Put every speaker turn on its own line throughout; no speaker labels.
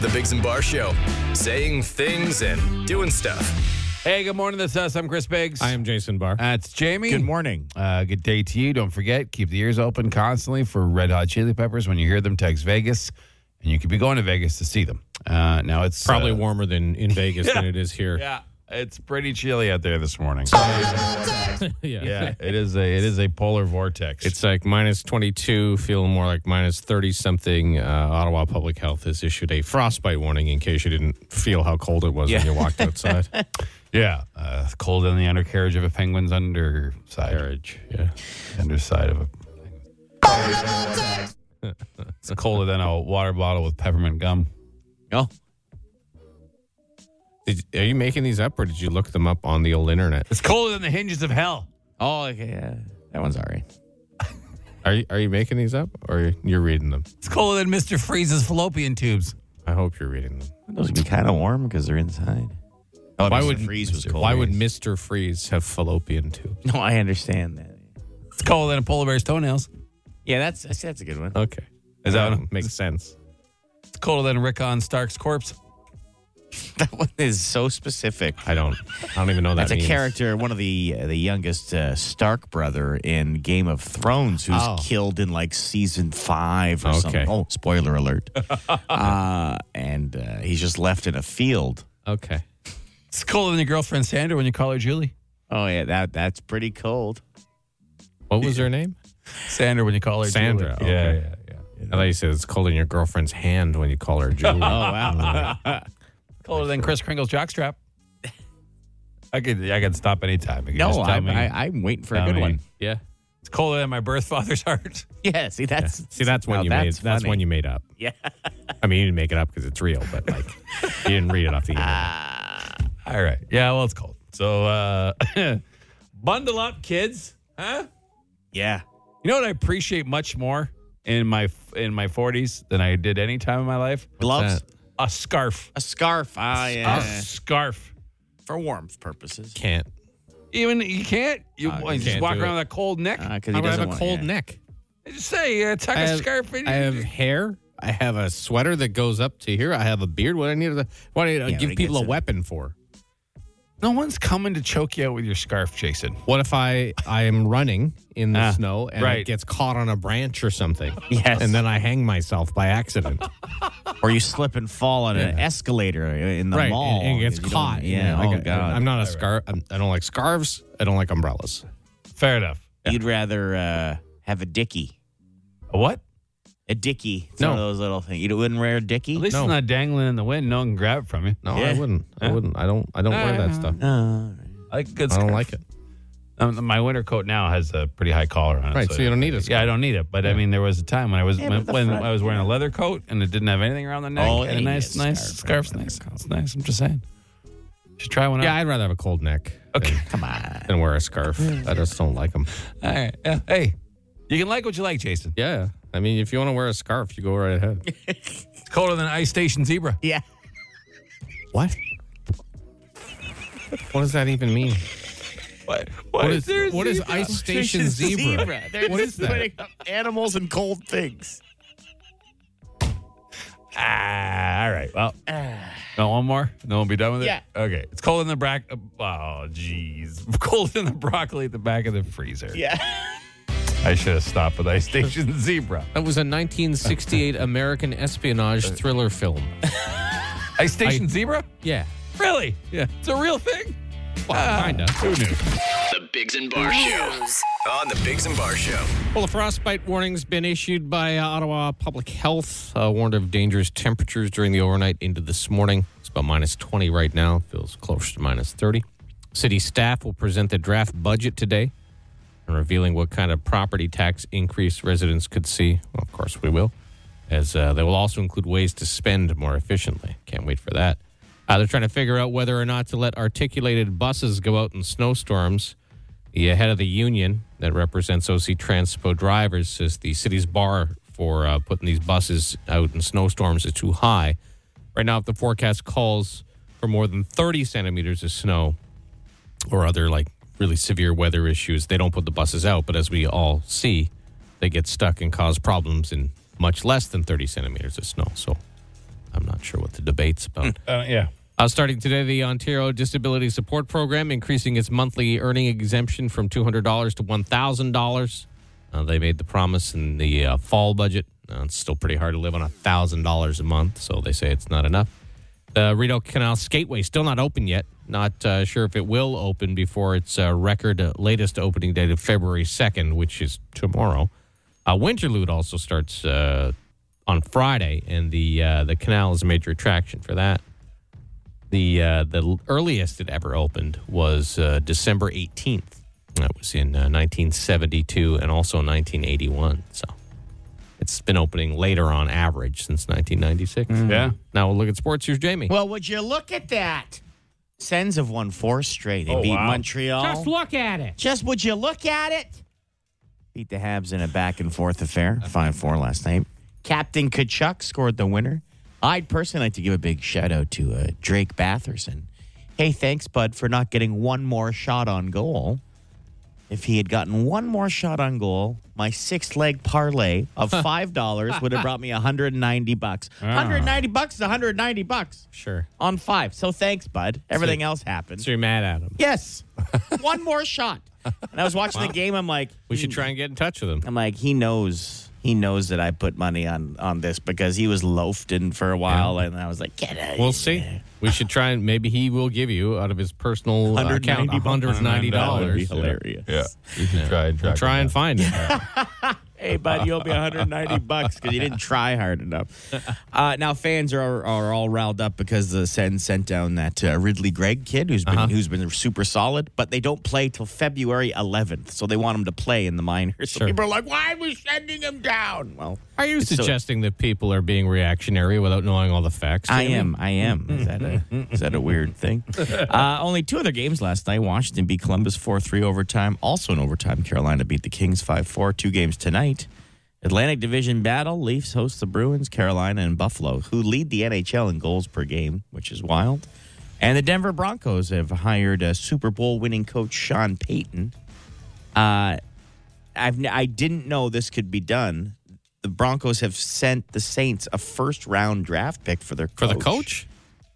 The Biggs and Bar Show. Saying things and doing stuff.
Hey, good morning. This is us. I'm Chris Biggs.
I am Jason Barr.
That's Jamie.
Good morning.
Uh, good day to you. Don't forget, keep the ears open constantly for Red Hot Chili Peppers. When you hear them, text Vegas, and you could be going to Vegas to see them. Uh, now it's
Probably
uh,
warmer than in Vegas than it is here.
yeah, it's pretty chilly out there this morning.
Yeah.
yeah, it is a it is a polar vortex.
It's like minus 22, feeling more like minus 30 something. Uh, Ottawa Public Health has issued a frostbite warning in case you didn't feel how cold it was when you walked outside.
yeah, uh, cold on the undercarriage of a penguin's underside.
yeah.
underside of a. it's colder than a water bottle with peppermint gum.
Oh. Did, are you making these up or did you look them up on the old internet?
It's colder than the hinges of hell.
Oh, okay, yeah. That one's all right.
Are you, are you making these up or you're reading them?
It's colder than Mr. Freeze's fallopian tubes.
I hope you're reading them.
Those would be kind of warm because they're inside. Oh,
Why
Mr.
would-
freeze was cold?
Why would Mr. Freeze have fallopian tubes?
No, I understand that.
It's colder than a polar bear's toenails.
Yeah, that's that's, that's a good one.
Okay.
Is that
That makes sense.
it's colder than Rickon Stark's corpse?
That one is so specific.
I don't. I don't even know that.
That's a
means.
character, one of the the youngest uh, Stark brother in Game of Thrones, who's
Oh.
killed in like season five or
Okay.
something. Oh, spoiler alert! uh, and uh, he's just left in a field.
Okay.
It's colder than your girlfriend Sandra when you call her Julie.
Oh yeah, that that's pretty cold.
What was her name?
Sandra when you call her
Sandra.
Julie.
Yeah, yeah, yeah. I thought you said it's cold in your girlfriend's hand when you call her Julie. oh wow.
Colder than Chris Kringle's jockstrap. I could I could stop anytime. You could
No,
just tell
I'm,
me.
I, I'm waiting for a
Tell
good
me.
one.
yeah.
it's colder than my birth father's heart.
Yeah, see that's
See, that's when
now
you made. That's
funny.
when you made up.
Yeah.
I mean, you didn't make it up because it's real, but like, you didn't read it off the internet.
All right. Yeah, well it's cold. So uh bundle up, kids. Huh?
Yeah.
You know what I appreciate much more in my in my forties than I did any time in my life?
Gloves,
that?
A scarf.
a scarf. Ah, yeah.
A scarf.
for warmth purposes.
Can't.
Even you can't. You,
Uh,
you
you
just
can't
walk
do
around
it.
with a cold neck.
Because
I
he
would
doesn't
have a
want-
cold
yeah.
neck.
just say uh, tuck
I
a
have,
scarf in.
I have hair. I have a sweater that goes up to here. I have a beard. What I need to what I need to
Yeah, but
give
it
people
gets
a
in.
weapon for?
no one's coming to choke you out with your scarf, Jason.
What if I I am running in the
Ah,
snow and
right.
it gets caught on a branch or something?
Yes.
And then I hang myself by accident.
Or you slip and fall on an escalator in the mall.
and, and it gets
You don't-
caught.
Yeah.
like,
oh,
I-
God.
I'm not a scarf. I'm, I don't like scarves. I don't like umbrellas.
Fair enough.
You'd rather uh, have a dicky.
A what?
A dicky. It's
No.
one of those little things. You wouldn't wear a dicky?
At least
No.
it's not dangling in the wind. No one can grab it from you.
No,
Yeah.
I wouldn't. I wouldn't. I don't. I don't wear that stuff.
No.
I like a good
I
scarf.
don't like it.
Um, my winter coat now has a pretty high collar on it.
Right, so you don't need a
Yeah, I don't need it. But I mean, there was a time when I was
Yeah,
when,
but the
when
front-
I was wearing a leather coat and it didn't have anything around the neck.
Oh,
and
yeah,
a
you
nice,
need a
nice
scarf
scarf's nice. It's nice. I'm just saying. Should try one
Yeah,
out.
I'd rather have a cold neck.
Okay.
Than,
Come on.
than wear a scarf. I just don't like them.
All right. Yeah. Hey, you can like what you like, Jason.
Yeah. I mean, if you want to wear a scarf, you go right ahead.
It's colder than an ice station zebra.
Yeah.
what? What does that even mean?
What?
What is, what is ice station zebra?
They're
What
just
is that?
putting up animals and cold things.
Ah, all right. Well, no one more. No one be done with it.
Ah. Yeah.
Okay. It's cold in the brack. Oh, jeez. Cold in the broccoli at the back of the freezer.
Yeah.
I should have stopped with ice station zebra.
That was a 1968 American espionage thriller film.
Ice station zebra?
Yeah.
Really? Yeah. It's a real thing.
Well, kinda.
Who knew?
The Biggs and Bar Show. On the Biggs and Bar Show.
Well, a frostbite warning's been issued by uh, Ottawa Public Health, uh, warned of dangerous temperatures during the overnight into this morning. It's about minus 20 right now, feels closer to minus 30. City staff will present the draft budget today and revealing what kind of property tax increase residents could see. Well, of course, we will, as uh, they will also include ways to spend more efficiently. Can't wait for that. Uh, they're trying to figure out whether or not to let articulated buses go out in snowstorms. The head of the union that represents OC Transpo drivers says the city's bar for uh, putting these buses out in snowstorms is too high. Right now, if the forecast calls for more than 30 centimeters of snow, or other like really severe weather issues, they don't put the buses out. But as we all see, they get stuck and cause problems in much less than 30 centimeters of snow. So I'm not sure what the debate's about.
Uh, yeah.
Uh, starting today, the Ontario Disability Support Program increasing its monthly earning exemption from $200 to $1,000. Uh, they made the promise in the uh, fall budget. Uh, it's still pretty hard to live on $1,000 a month, so they say it's not enough. The Rideau Canal Skateway still not open yet. Not uh, sure if it will open before its uh, record uh, latest opening date of February 2nd, which is tomorrow. Uh, Winterlude also starts uh, on Friday, and the uh, the canal is a major attraction for that the uh, the earliest it ever opened was uh, December 18th. That was in uh, 1972 and also 1981. So it's been opening later on average since 1996.
Yeah.
Now we'll look at sports. Here's Jamie.
Well, would you look at that? Sens have won four straight. They
Oh,
beat
wow.
Montreal. Just,
look at it.
would you look at it? Beat the Habs in a back and forth affair, five four last night. Captain Kachuk scored the winner. I'd personally like to give a big shout out to uh, Drake Batherson. Hey, thanks, bud, for not getting one more shot on goal. If he had gotten one more shot on goal, my six leg parlay of five dollars would have brought me 190 bucks. 190 bucks is 190 bucks
Ah. Sure.
on five. So thanks, bud. Everything
So-
else happened.
So you're mad at him.
Yes, one more shot. And I was watching the game. I'm like, "Hmm."
We should try and get in touch with him.
I'm like, he knows. He knows that I put money on on this because he was loafed in for a while, and I was like, get it.
We'll see. We should try and maybe he will give you out of his personal uh, account
That would be
$190.
hilarious.
Yeah. You should try and track
Try
him down.
and find him.
hey, bud, you owe me 190 bucks because you didn't try hard enough. Uh, now fans are are all riled up because the Sens sent down that uh, Ridley Gregg kid who's been who's been super solid, but they don't play till February 11th, so they want him to play in the minors. So
Sure.
people are like, "Why are we sending him down?" Well,
Are you
so-
suggesting that people are being reactionary without knowing all the facts?
I
Jamie?
am. I am. Is that a is that a weird thing? Uh, only two other games last night. Washington beat Columbus four three overtime. Also in overtime, Carolina beat the Kings five four. Two games tonight. Atlantic Division battle. Leafs host the Bruins. Carolina and Buffalo, who lead the NHL in goals per game, which is wild. And the Denver Broncos have hired a Super Bowl winning coach Sean Payton. Uh, I've n- I didn't know this could be done. The Broncos have sent the Saints a first round draft pick for their
For the coach?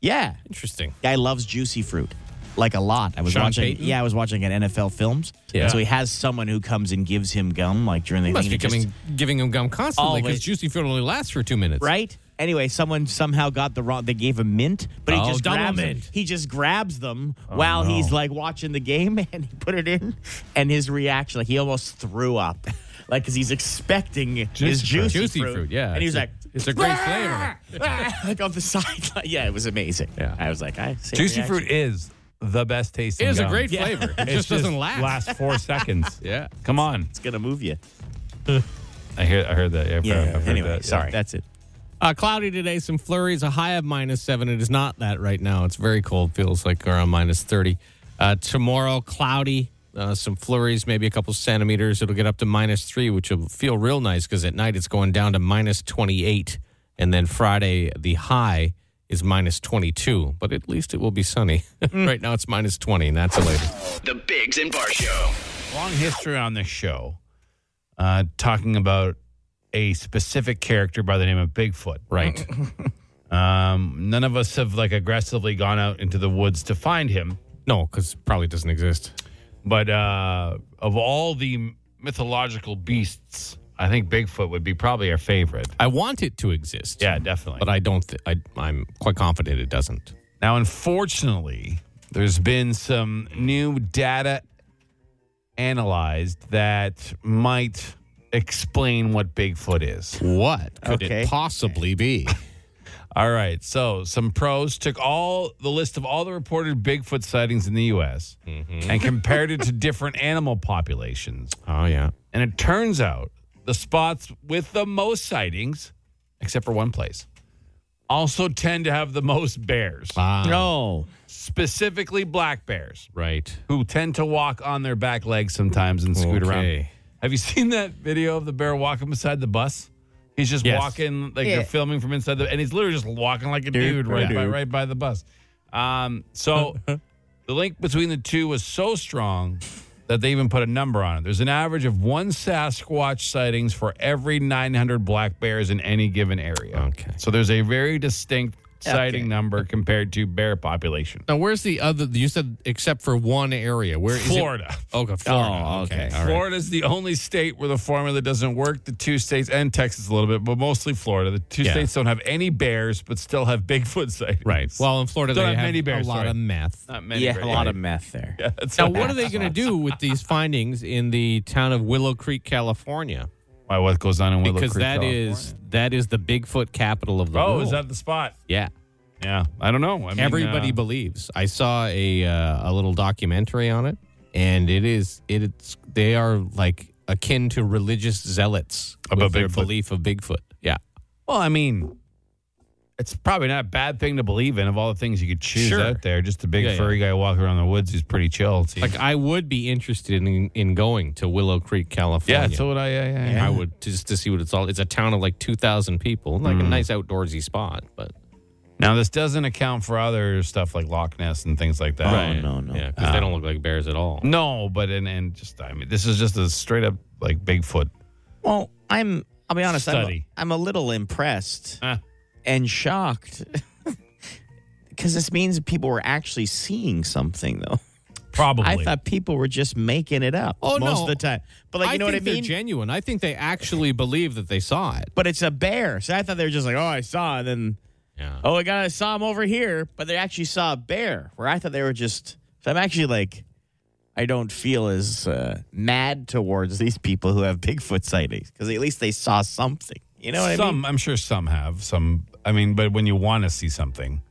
Yeah,
Interesting.
guy loves juicy fruit like a lot. I was
Sean
watching.
Payton?
Yeah, I was watching an NFL films.
Yeah.
so he has someone who comes and gives him gum like during the
He must
thing,
be
and it
coming,
just-
giving him gum constantly because
Always.
Juicy Fruit only lasts for two minutes.
right. Anyway, someone somehow got the wrong. They gave him mint, but he
Oh,
just
double
grabs
mint.
Them. He just grabs them
Oh,
while he's like watching the game, and he put it in. And his reaction, like he almost threw up, like because he's expecting his
Juicy fruit.
juicy,
Juicy fruit, yeah.
And he was
It's a-
like,
it's a great flavor.
like on the sideline. Yeah, it was amazing.
Yeah.
I was like, I same
Juicy
reaction.
fruit is the best tasting.
It is a
gum.
great
It
flavor. It just doesn't last.
Last four seconds.
Yeah.
Come on.
It's gonna move you.
I hear. I heard that. Yeah. I've heard- I've heard
Anyway,
that. Yeah.
sorry. That's it.
Uh, cloudy today, some flurries, a high of minus seven. It is not that right now. It's very cold, feels like around minus 30. Uh, tomorrow, cloudy, uh, some flurries, maybe a couple centimeters. It'll get up to minus three, which will feel real nice because at night it's going down to minus 28. And then Friday, the high is minus 22, but at least it will be sunny. right now it's minus 20, and that's a later.
The Bigs and Bar Show.
long history on this show uh, talking about a specific character by the name of Bigfoot.
Right.
Um, none of us have like aggressively gone out into the woods to find him,
No, because probably doesn't exist.
but uh, of all the mythological beasts, I think Bigfoot would be probably our favorite.
I want it to exist.
Yeah, definitely.
But I don't. Th- I, I'm quite confident it doesn't.
Now, unfortunately, there's been some new data analyzed that might explain what Bigfoot is.
What could
Okay.
it possibly be?
All right. So, some pros took all the list of all the reported Bigfoot sightings in the U.S. and compared it to different animal populations.
oh yeah.
And it turns out the spots with the most sightings, except for one place, also tend to have the most bears,
Ah. No.
specifically black bears.
Right.
who tend to walk on their back legs sometimes and scoot around.
Okay.
Have you seen that video of the bear walking beside the bus? He's just
Yes.
walking like
Yeah.
they're filming from inside the, and he's literally just walking like a dude, right by right by the bus. Um, so the link between the two was so strong that they even put a number on it. There's an average of one Sasquatch sightings for every 900 black bears in any given area.
Okay.
So there's a very distinct sighting number compared to bear population.
Now, where's the other? You said except for one area. Where is it- Oh,
Florida. Oh,
Okay, Florida. okay. All right.
Florida's the only state where the formula doesn't work. The two states and Texas a little bit, but mostly Florida. The two
Yeah.
states don't have any bears, but still have Bigfoot sightings.
Right. Well, in Florida,
Don't
they
have
have
many bears,
a lot
sorry.
of meth.
not many.
Yeah,
bears.
a lot of meth there.
Yeah, that's
Now, what are they going to do with these findings in the town of Willow Creek, California?
Why, what goes on in Willow
Because
Creek?
that is that is the Bigfoot capital of the
Oh,
world.
is that the spot?
yeah?
Yeah, I don't know. I mean,
Everybody
uh,
believes. I saw a uh, a little documentary on it, and it is it, it's they are like akin to religious zealots
About
with their
Bigfoot.
belief of Bigfoot. Yeah.
well, I mean, it's probably not a bad thing to believe in. Of all the things you could choose
Sure.
out there, just a big
Yeah, yeah.
furry guy walking around the woods is pretty chill. It's-
Like I would be interested in in going to Willow Creek,
yeah,
California.
so would I. Yeah, yeah, yeah.
I would just to see what it's all. It's a town of like two thousand people, like
Mm.
a nice outdoorsy spot. But
Now, this doesn't account for other stuff like Loch Ness and things like that. Uh,
Right. no, no.
yeah, because they don't look like bears at all.
No, but and and just I mean, this is just a straight up like Bigfoot.
Well, I'm. I'll be honest. I'm a,
Study.
I'm a little impressed
Ah.
Huh.
and shocked because this means people were actually seeing something, though.
Probably.
I thought people were just making it up
Oh,
most
no.
of the time. But like, you know
I
what I
think they're
mean?
genuine. I think they actually believe that they saw it.
but it's a bear. So I thought they were just like, oh, I saw, it," and then
Yeah.
oh, I got, I saw him over here. But they actually saw a bear. Where I thought they were just. So I'm actually like, I don't feel as uh, mad towards these people who have Bigfoot sightings because at least they saw something. You know what I mean?
some, I'm sure some have some. I mean, but when you want to see something,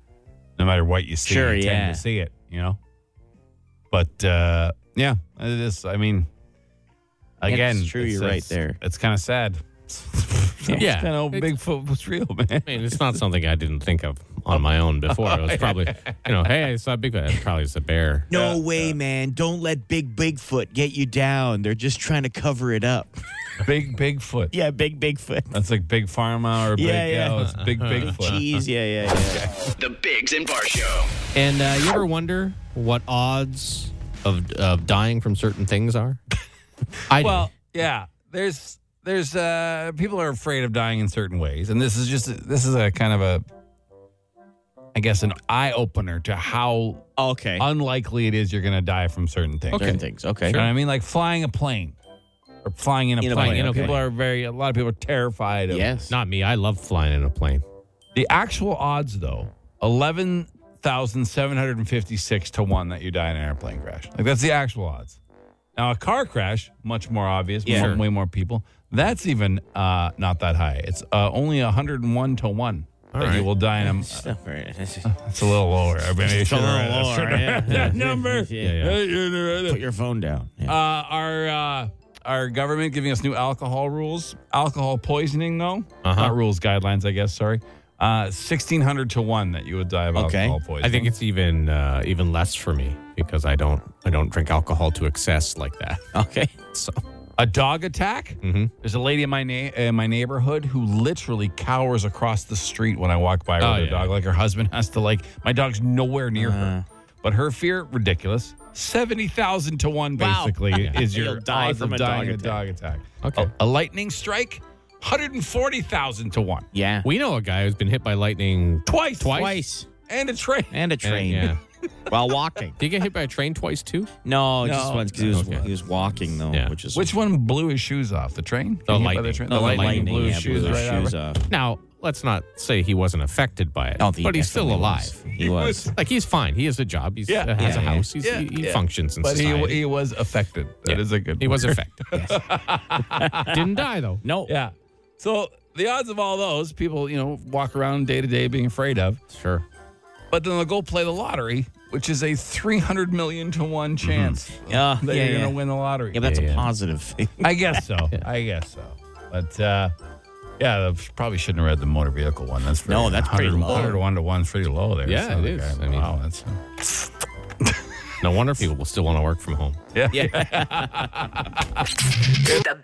no matter what you see,
Sure,
you
yeah.
tend to see it. You know. But uh yeah, it is. I mean, again,
It's true, you're right there.
It's kind of sad.
Yeah.
kind of Bigfoot was real, man.
I mean, it's not something I didn't think of on my own before. It was probably, you know, hey, I saw a Bigfoot. It's probably just a bear.
No way, man. Don't let Big Bigfoot get you down. They're just trying to cover it up.
Big Bigfoot.
yeah, Big Bigfoot.
That's like Big Pharma or Big.
Yeah, yeah. Uh-huh.
oh, it's Big Bigfoot.
Jeez, yeah, yeah, yeah.
The Bigs and Bar Show.
And uh, you ever wonder what odds of of dying from certain things are? I do.
Well, yeah. There's there's uh people are afraid of dying in certain ways, and this is just this is a kind of a I guess an eye opener to how
Okay.
unlikely it is you're going to die from certain things.
Certain things. Okay.
You know what I mean? Like flying a plane or flying in a
In a
plane.
plane,
You know,
okay.
people are very a lot of people are terrified of
Yes.
not me. I love flying in a plane.
the actual odds though. 11,756 to 1 that you die in an airplane crash. Like that's the actual odds. Now a car crash, much more obvious,
Yeah.
more-
Sure.
way more people. That's even uh, not that high. It's uh, only 101 to 1 that you
right.
will die in a
It's not very-
It's a little lower. I mean, it's
a little lower, yeah.
That number.
Yeah, yeah.
Hey, you know,
Put your phone down. Yeah.
uh, our uh, our government giving us new alcohol rules. Alcohol poisoning, though,
Uh-huh.
not rules, guidelines, I guess. Sorry, uh, sixteen hundred to one that you would die of
Okay.
alcohol poisoning.
I think it's even uh, even less for me because I don't I don't drink alcohol to excess like that.
okay.
So
a dog attack.
Mhm.
There's a lady in my na- in my neighborhood who literally cowers across the street when I walk by her
Oh,
with her
yeah.
dog. Like her husband has to like my dog's nowhere near her, but her fear ridiculous. Seventy thousand to one
Wow.
basically is
You'll
your
die
odds
from
of
a
dying in a
dog
dog attack. Oh,
Okay.
A, a lightning strike, hundred and forty thousand to one.
Yeah.
we know a guy who's been hit by lightning.
Twice,
Twice.
and a train.
And a train.
yeah.
While walking.
Did he get hit by a train twice too?
No, just once 'cause he was,
Okay.
he was walking, though,
Yeah.
which is.
Which one blew his shoes off? The train?
The
Hit by
lightning.
train?
No,
The,
the
lightning,
lightning,
blew his
yeah,
shoes
blew
right
his
off.
shoes Oh, off.
Now let's not say he wasn't affected by it,
I don't think he
but he's still
definitely
alive.
was. He was.
Like he's fine. He has a job. He's,
Yeah.
uh, has a
Yeah, yeah.
house. He's,
Yeah,
he, he
yeah.
functions in
But he,
society.
he was affected. That is
Yeah.
a good.
He was
word.
affected. Didn't die though.
No.
Yeah. So the odds of all those people, you know, walk around day to day being afraid of,
Sure.
but then they'll go play the lottery, which is a 300 million to one chance
Mm-hmm. Yeah,
that
yeah,
you're
yeah.
going to win the lottery.
Yeah, but that's
Yeah,
a
yeah.
positive thing.
I guess so. I guess so. But uh, yeah, I probably shouldn't have read the motor vehicle one. That's very,
No, that's pretty
100
low.
100 to one to one's pretty low there.
Yeah,
So
it
like,
is.
I
I mean-
wow, that's
No wonder people will still want to work from home.
yeah.
The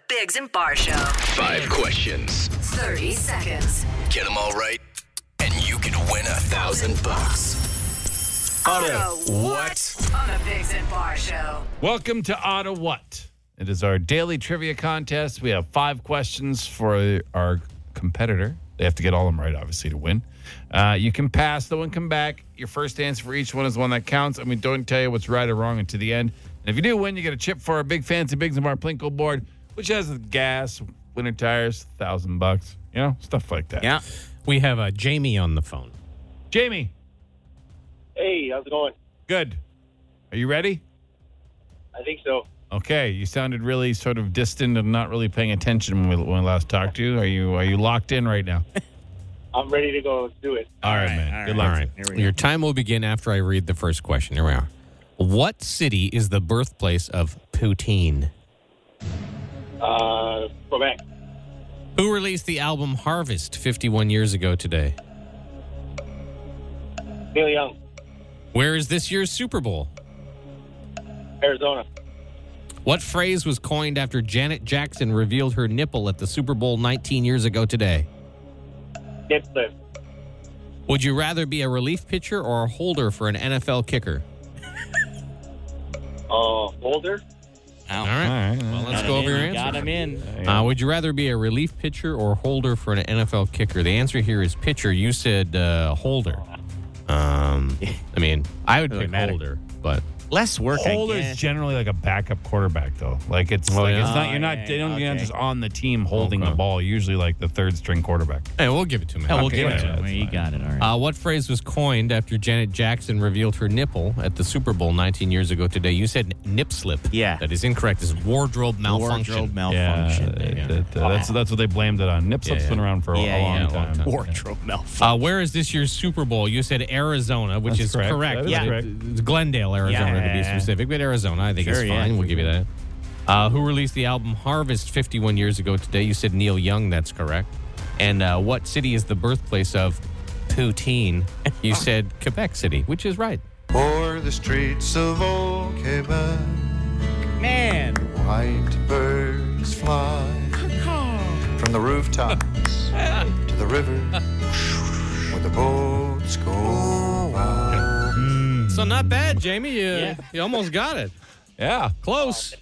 Bigs and Bar Show.
Five questions.
30 seconds.
Get them all right, and you can win a thousand bucks.
Auto what?
Yes.
On the Bigs and Bar Show.
Welcome to Ottawa What. It is our daily trivia contest. We have five questions for our competitor. They have to get all of them right, obviously, to win. Uh, you can pass, though, and come back. Your first answer for each one is the one that counts, and we don't tell you what's right or wrong until the end. And if you do win, you get a chip for our big fancy Bigs and Bar Plinko board, which has the gas, winter tires, thousand bucks, you know, stuff like that.
Yeah.
We have uh, Jamie on the phone.
Jamie,
Hey, how's it going?
good. Are you ready?
I think so.
Okay, you sounded really sort of distant and not really paying attention when we, when we last talked to you. Are you are you locked in right now?
I'm ready to go. Let's do it.
All right, man. Good luck.
All right.
Here we go.
Your time will begin after I read the first question. Here we are. What city is the birthplace of poutine?
Uh, Quebec.
Who released the album Harvest 51 years ago today?
Neil Young,
Where is this year's Super Bowl?
Arizona.
What phrase was coined after Janet Jackson revealed her nipple at the Super Bowl 19 years ago today?
Nip slip.
Would you rather be a relief pitcher or a holder for an NFL kicker?
Uh, Boulder.
Ow.
All right. Well, let's
Got
go
him
over
in.
your
Got
answer.
him in.
Uh, would you rather be a relief pitcher or holder for an NFL kicker? The answer here is pitcher. You said uh, holder. Um, I mean, I would
Doesn't
pick
matter.
holder, but
Less work.
Holder
I
is
guess.
generally like a backup quarterback, though. Like it's like
yeah?
it's not you're not
yeah,
they don't, you're not
okay.
just on the team holding the ball. Usually like the third string quarterback.
hey, we'll give it to me.
Oh, we'll
Okay,
give it
yeah,
to him.
that's
You
fine.
got it. All right.
Uh, what phrase was coined after Janet Jackson revealed her nipple at the Super Bowl 19 years ago today? You said nip slip.
Yeah.
That is incorrect. It's wardrobe malfunction.
Wardrobe malfunction.
Yeah,
There you go.
that- that- that's that's what they blamed it on. Nip slip's
Yeah,
been
yeah.
around for a, a
Yeah,
long,
yeah, a
time.
Wardrobe malfunction.
Uh, where is this year's Super Bowl? You said Arizona, which
That's
is
correct.
correct.
That is
yeah.
correct.
It's Glendale, Arizona, to be
Yeah.
specific. But Arizona, I think
Sure,
is
yeah.
fine. We'll give you that. Uh, who released the album Harvest 51 years ago today? You said Neil Young. That's correct. And uh, what city is the birthplace of poutine? You said Quebec City, which is right.
O'er the streets of old Quebec,
Man.
white birds fly. From the rooftops to the river, where the boats go out.
So not bad, Jamie. You,
Yeah.
you almost got it.
Yeah,
Close.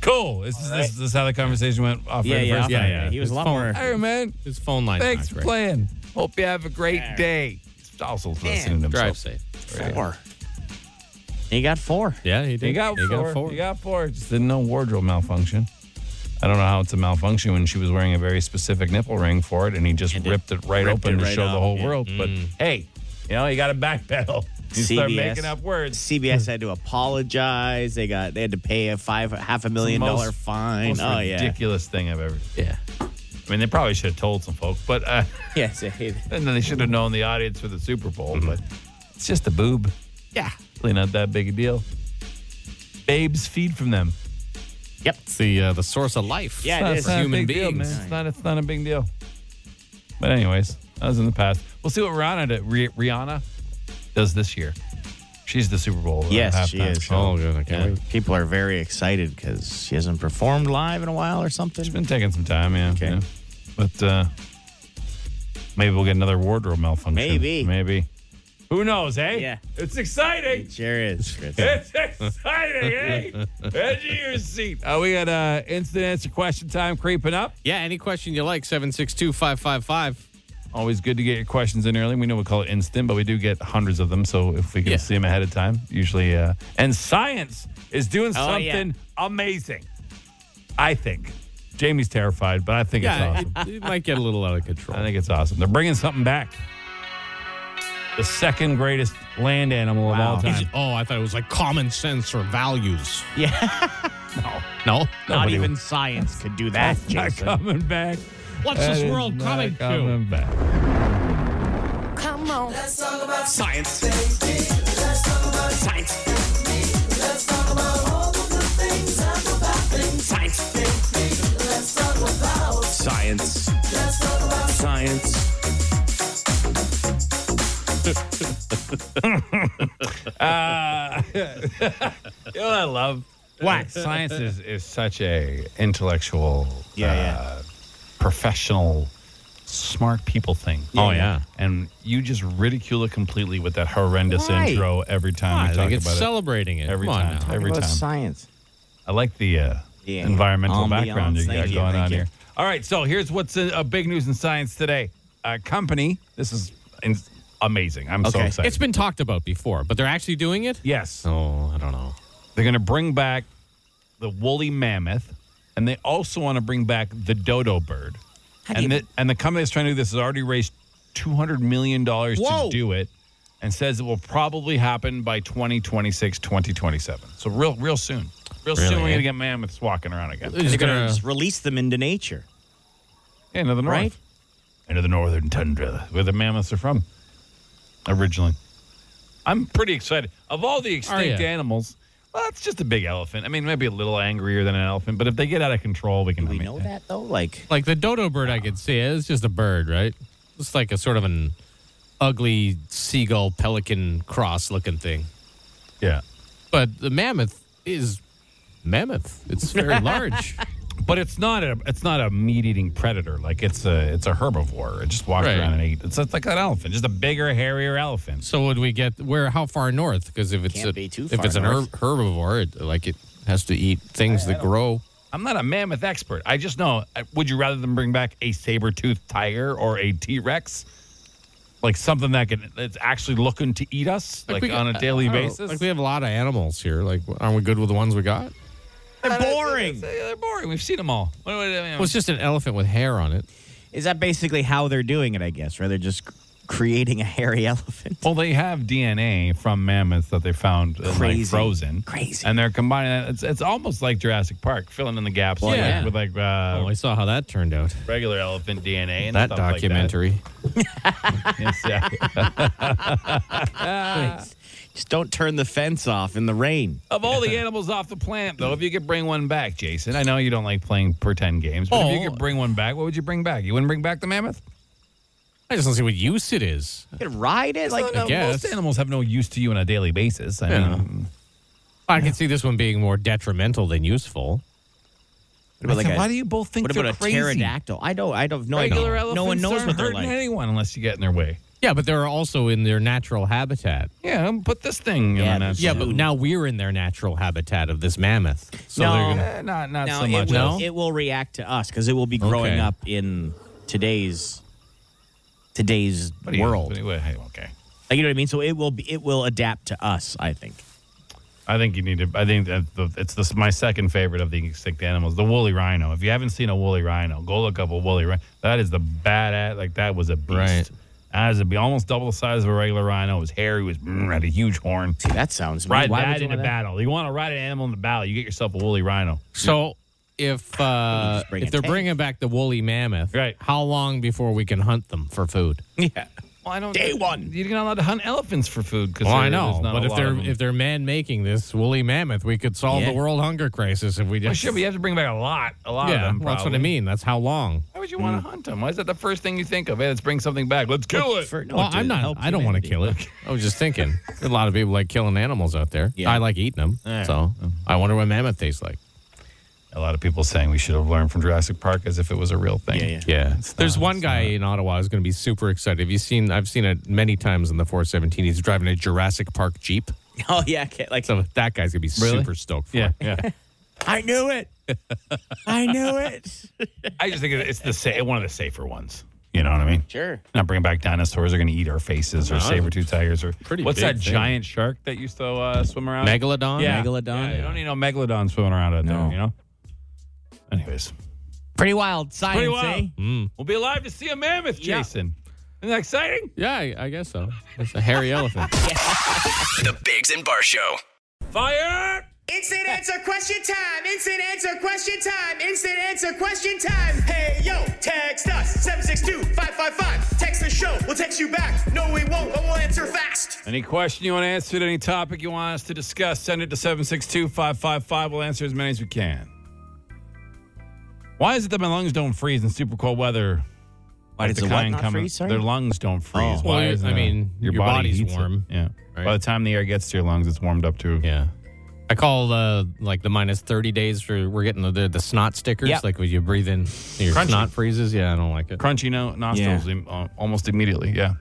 cool. This is this, this is how the conversation went off.
Yeah,
air the
yeah,
first
yeah,
time.
yeah. He was a lot
Phone.
more.
Hey, man.
His phone line.
Thanks for playing. Hope you have a great day. He's also listening to himself.
Drive safe.
Four. He got four.
Yeah, he did.
You got, four. You got four. Just didn't know wardrobe malfunction. I don't know how it's a malfunction when she was wearing a very specific nipple ring for it, and he just
And it
ripped it right Mm.
ripped
open
it
to
right
show the
off,
whole
yeah.
world. But hey, you know, you got to backpedal. You start
CBS.
making up words.
CBS had to apologize. They got they had to pay a five half a million
Most-
dollar fine.
Most
oh
ridiculous thing I've ever.
Yeah.
I mean, they probably should have told some folk, but uh,
yeah. Yes. I hate it.
and then they should have known the audience for the Super Bowl. But it's just a boob.
Yeah.
Really not that big a deal. Babes feed from them.
Yep.
It's the uh, the source of life.
It's
Yeah, it
not-
is.
it's not a
Human
big deal, man.
beings.
It's not. It's not a big deal. But anyways, that was in the past. We'll see what Rihanna did, Rih- Rihanna does this year. She's the Super Bowl. uh,
Yes, she
halftime
is.
show.
Oh, good. I can't
Yeah.
wait.
People are very excited because she hasn't performed live in a while or
It's
something.
been taking some time, yeah.
Okay.
yeah. But uh, maybe we'll get another wardrobe malfunction.
Maybe.
Maybe. Who knows, eh?
Yeah.
It's exciting.
Sure is. Chris.
It's exciting, eh? Edge of your seat. Uh, we got uh, instant answer question time creeping up.
Yeah, any question you like, 762 555.
Always good to get your questions in early. We know we call it instant, but we do get hundreds of them. So if we can
Yeah.
see them ahead of time, usually. Uh, and science is doing
Oh, yeah.
something amazing. I think. Jamie's terrified, but I think it's awesome.
it, it might get a little out of control.
I think it's awesome. They're bringing something back. The second greatest land animal of all time.
oh, I thought it was like common sense or values.
Yeah.
No,
Not even science could do that,
Not
Jason.
coming back.
What's
That is not coming back.
Come on.
Science. Science.
You know what I love? What? Science is, is such a intellectual,
Yeah,
uh,
yeah.
professional smart people thing.
Oh, yeah.
And you just ridicule it completely with that horrendous
Why?
intro every time
I
we talk
think it's
about it.
celebrating it.
Every
Come on
time.
now.
Every
about
time.
science.
I like the uh,
Yeah.
environmental
Ambiance.
background you
Thank
got
you,
going
thank
on
you.
here. All right, so here's what's in, uh, big news in science today. A company, this is in, amazing. I'm so
Okay.
excited.
It's been talked about before, but they're actually doing it?
yes,
Oh, I don't know.
they're going to bring back the woolly mammoth, and they also want to bring back the dodo bird. And the, and the company that's trying to do this has already raised $200 million to
Whoa.
do it and says it will probably happen by 2026, 2027. So real real soon. Real soon
Really,
we're
eh?
going to get mammoths walking around again.
Is
They're
it
going
gonna-
to just release them into nature.
Yeah, into the north.
Right?
Into the northern tundra, where the mammoths are from originally. I'm pretty excited. Of all the extinct
ya?
animals, well, it's just a big elephant. I mean, maybe a little angrier than an elephant, but if they get out of control, we can.
Do we
I mean, eh.
know that though? Like,
Like the dodo bird, I could see it. It's just a bird, right? It's like a sort of an ugly seagull pelican cross looking thing.
Yeah.
But the mammoth is mammoth. It's very large.
But it's not a it's not a meat eating predator. Like it's a it's a herbivore. It just walks
Right.
around and eats. It's, it's like an elephant, just a bigger, hairier elephant.
So would we get where? How far north? Because if it's
Can't
a,
be too
if
far
it's an herb,
north.
herbivore, it, like it has to eat things that grow.
I'm not a mammoth expert. I just know. uh, Would you rather them bring back a saber toothed tiger or a T Rex? Like something that can that's actually looking to eat us, like,
we-
on a daily
I don't know,
basis.
Like we have a lot of animals here. Like, aren't we good with the ones we got?
they're boring.
Yeah, they're boring. We've seen them all. What, what, I mean,
Well, it's just an elephant with hair on it.
Is that basically how they're doing it? I guess, rather just c- creating a hairy elephant.
Well, they have DNA from mammoths that they found uh, like
Crazy.
frozen,
Crazy.
and they're combining. that. It's it's almost like Jurassic Park, filling in the gaps like,
yeah.
with like uh,
Oh, I saw how that turned out.
regular elephant DNA and
That
stuff
documentary.
Like that. Yes, yeah.
Just don't turn the fence off in the rain.
of all the animals off the planet, though, if you could bring one back, Jason, I know you don't like playing pretend games, but if you
Oh.
could bring one back, what would you bring back? You wouldn't bring back the mammoth?
I just don't see what use it is.
You could ride it like
no. guess.
most animals have no use to you on a daily basis. I
Yeah.
mean,
I can see this one being more detrimental than useful.
What about, like
I said,
a-
why do you both think
what
they're
about a
crazy?
pterodactyl? I don't. I don't know.
Regular
no,
elephants
no one knows
aren't
what they're
hurting
like.
anyone unless you get in their way.
Yeah, but they're also in their natural habitat.
Yeah, put this thing
Yeah,
in. a-
there's-
Yeah, but now we're in their natural habitat of this mammoth. So
No.
they're gonna-
Eh, not not
No,
so
it
much.
will.
else.
It will react to us because it will be growing
Okay.
up in today's today's
What do you-
world.
what do you- hey, okay.
Like, Uh, you know what I mean? So it will be, it will adapt to us. I think.
I think you need to. I think that the, it's this my second favorite of the extinct animals, the woolly rhino. If you haven't seen a woolly rhino, go look up a woolly rhino. That is the badass. Like that was a beast.
Right.
That is a, be- almost double the size of a regular rhino. It was hairy. It was mm, had a huge horn.
That sounds
Ride
Why would
that
you
in a
wanna-
battle. You want to ride an animal in the battle, you get yourself a woolly rhino.
So if uh,
just bring
if
a
they're
tank.
bringing back the woolly mammoth,
Right.
How long before we can hunt them for food?
Yeah.
Well, I don't.
Day one.
You're not allowed to hunt elephants for food because
Well, I know, but if they're if they're man making this woolly mammoth, we could solve
Yeah.
the world hunger crisis if we just.
well, sure, but you have to bring back a lot, a lot of
yeah,
them.
well, that's what I
probably.
mean. That's how long.
Why would you want to hunt them? Why is that the first thing you think of? Hey, let's bring something back. Let's kill it.
For- no,
well,
to
I'm not.
help
I don't want to
humanity.
kill it. I was just thinking. There's a lot of people like killing animals out there.
Yeah.
I like eating them. So I wonder what mammoth tastes like.
A lot of people saying we should have learned from Jurassic Park as if it was a real thing.
Yeah, yeah.
Yeah, there's one guy in Ottawa who's going to be super excited. Have you seen? I've seen it many times in the 417. He's driving a Jurassic Park Jeep.
Oh yeah. okay, Like
So that guy's gonna be
Really?
super stoked for
Yeah,
it.
yeah.
I knew it. I knew it.
I just think it's the sa- one of the safer ones. You know what I mean?
Sure.
Not bringing back dinosaurs are going to eat our faces or
No,
saber tooth tigers or
pretty
What's
big
that
thing.
giant shark that used to uh, swim around?
Megalodon.
Yeah.
Megalodon,
Yeah, You
yeah.
don't need no megalodon swimming around out
No.
there. You know. Anyways,
Pretty wild science.
Pretty wild.
eh?
we'll be alive to see a mammoth,
Yeah.
Jason. Isn't that exciting?
Yeah, I, I guess so. It's a hairy elephant.
The Bigs and Bar Show.
Fire!
Instant answer question time. Instant answer question time. Instant answer question time. Hey yo, text us 762-555. Text the show. We'll text you back. No, we won't, but we'll answer fast.
Any question you want answered, any topic you want us to discuss, send it to 762 555. We'll answer as many as we can. Why is it that my lungs don't freeze in super cold weather?
Why does
the
the
kind
what not
coming-
freeze? Sorry.
Their lungs don't freeze.
Oh.
Why
Well,
is
I
that?
mean, your body's
heats it.
warm,
Yeah.
right?
By the time the air gets to your lungs, it's warmed up to
yeah. I call uh, like the minus 30 days for we're getting the, the snot stickers.
Yep.
Like when you breathe in, your
Crunchy.
snot freezes. Yeah, I don't like it.
Crunchy no- nostrils im- al- almost immediately. Yeah.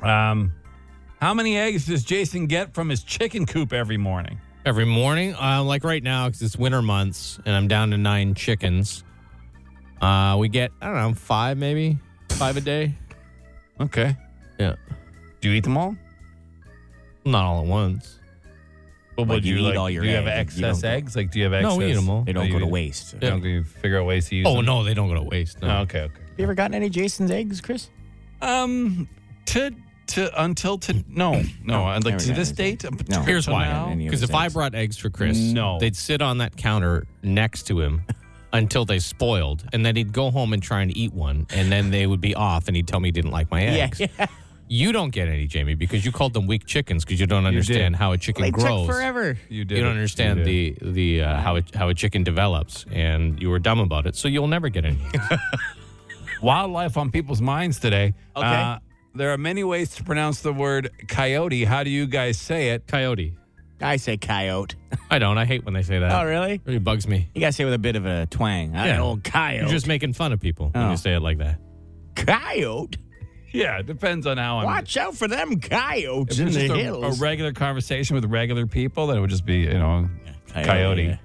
Um, how many eggs does Jason get from his chicken coop every morning?
Every morning, uh, like right now, because it's winter months and I'm down to nine chickens. Uh, we get, I don't know, five maybe, five a day.
Okay.
Yeah.
Do you eat them all?
Not all at once.
What
Like, you eat all your
do you have
eggs, you don't
excess
go-
eggs? Like, do you have excess?
No, we eat 'em all.
They don't
You
go to
eat-
waste.
You don't- you figure out ways to use
Oh,
them?
no, they don't go to waste. No.
Oh, okay, okay.
You ever gotten any Jason's eggs, Chris?
Um, to to until to no no I'd like
Never
to
got
this
anything.
date.
No.
up
Here's
till now.
why.
any of
Because
his
if I
eggs.
brought eggs for Chris,
No.
they'd sit on that counter next to him until they spoiled, and then he'd go home and try and eat one, and then they would be off, and he'd tell me he didn't like my eggs.
yeah.
You don't get any, Jamie, because you called them weak chickens because you don't understand how a chicken
They
grows.
took forever.
You did.
You don't
it.
understand
You did.
the the uh, how a, how a chicken develops, and you were dumb about it, so you'll never get any.
wildlife on people's minds today. Uh,
Okay.
there are many ways to pronounce the word coyote. How do you guys say it?
Coyote.
I say coyote.
I don't. I hate when they say that.
Oh, really?
It really bugs me.
You gotta say it with a bit of a twang. I'm
Yeah.
An old coyote.
You're just making fun of people when
Oh.
you say it like that.
coyote.
Yeah, it depends on how I'm.
Watch out for them coyotes
If
in
it's
the
just a, a
hills.
regular conversation with regular people, then it would just be you know
coyote,
coyote.
yeah.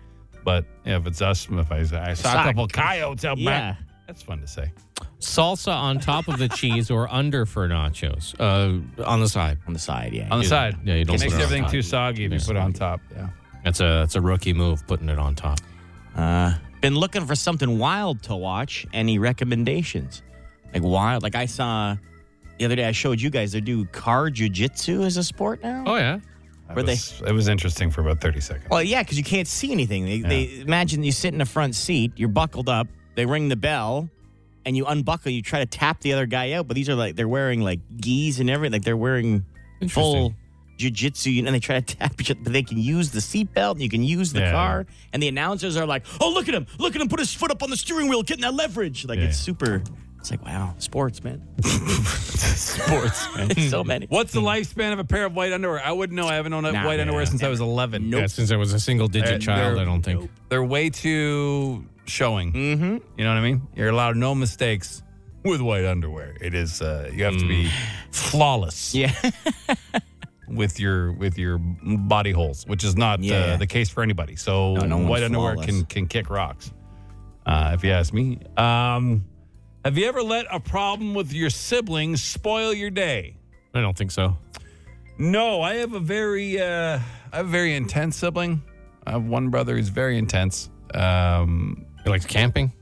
But yeah, if it's us, if I, I saw
Saw a
a couple
c-
coyotes out
yeah.
back, that's fun to say.
salsa on top of the cheese or under for nachos uh, on the side.
on the side, yeah.
On the
Yeah.
side,
Yeah, you don't
it
put
makes
it on
everything
top.
too soggy if you put it on top. Yeah.
That's a that's a rookie move, putting it on top.
Uh, been looking for something wild to watch. Any recommendations? Like wild? Like I saw the other day. I showed you guys they do car jujitsu as a sport now.
Oh,
yeah,
That
Oh, Were they-
was- It was interesting for about thirty seconds.
Well, yeah, because you can't see anything. They, they imagine you sit in the front seat, you're buckled up. They ring the bell, and you unbuckle. You try to tap the other guy out, but these are like they're wearing like gis and everything. Like they're wearing full jujitsu, you know, and they try to tap each other. But they can use the seatbelt, and you can use the
Yeah.
car. And the announcers are like, "Oh, look at him! Look at him! Put his foot up on the steering wheel, getting that leverage." Like it's
Yeah.
super. It's like wow, sports, man.
Sports. man.
so many.
What's the lifespan of a pair of white underwear? I wouldn't know. I haven't owned a
Nah,
white underwear
yeah.
since I was eleven.
Nope.
yeah. Since I was a single digit
Uh,
child,
they're-
I don't think.
They're way too showing. Mm-hmm. You know what I mean? You're allowed no mistakes with white underwear. It is uh, you have to be flawless.
Yeah.
with your with your body holes, which is not
Yeah,
uh,
yeah.
the case for anybody. So
No, no one's
white underwear
flawless.
can can kick rocks. Uh, if you ask me, um, have you ever let a problem with your siblings spoil your day?
I don't think so.
No, I have a very, uh, I have a very intense sibling. I have one brother who's very intense. Um,
You like camping?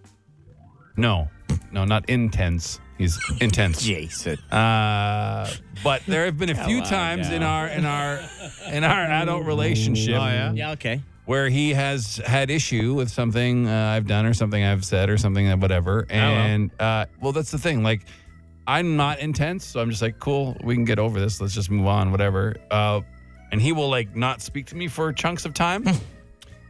no, no, not intense. He's intense.
Jason.
Uh, but there have been a few times in our in our in our adult relationship
Yeah. Okay.
where he has had issue with something uh, I've done or something I've said or something that
Oh,
whatever. And uh, well, that's the thing. Like, I'm not intense, so I'm just like, cool, we can get over this. Let's just move on, whatever. Uh, and he will like not speak to me for chunks of time,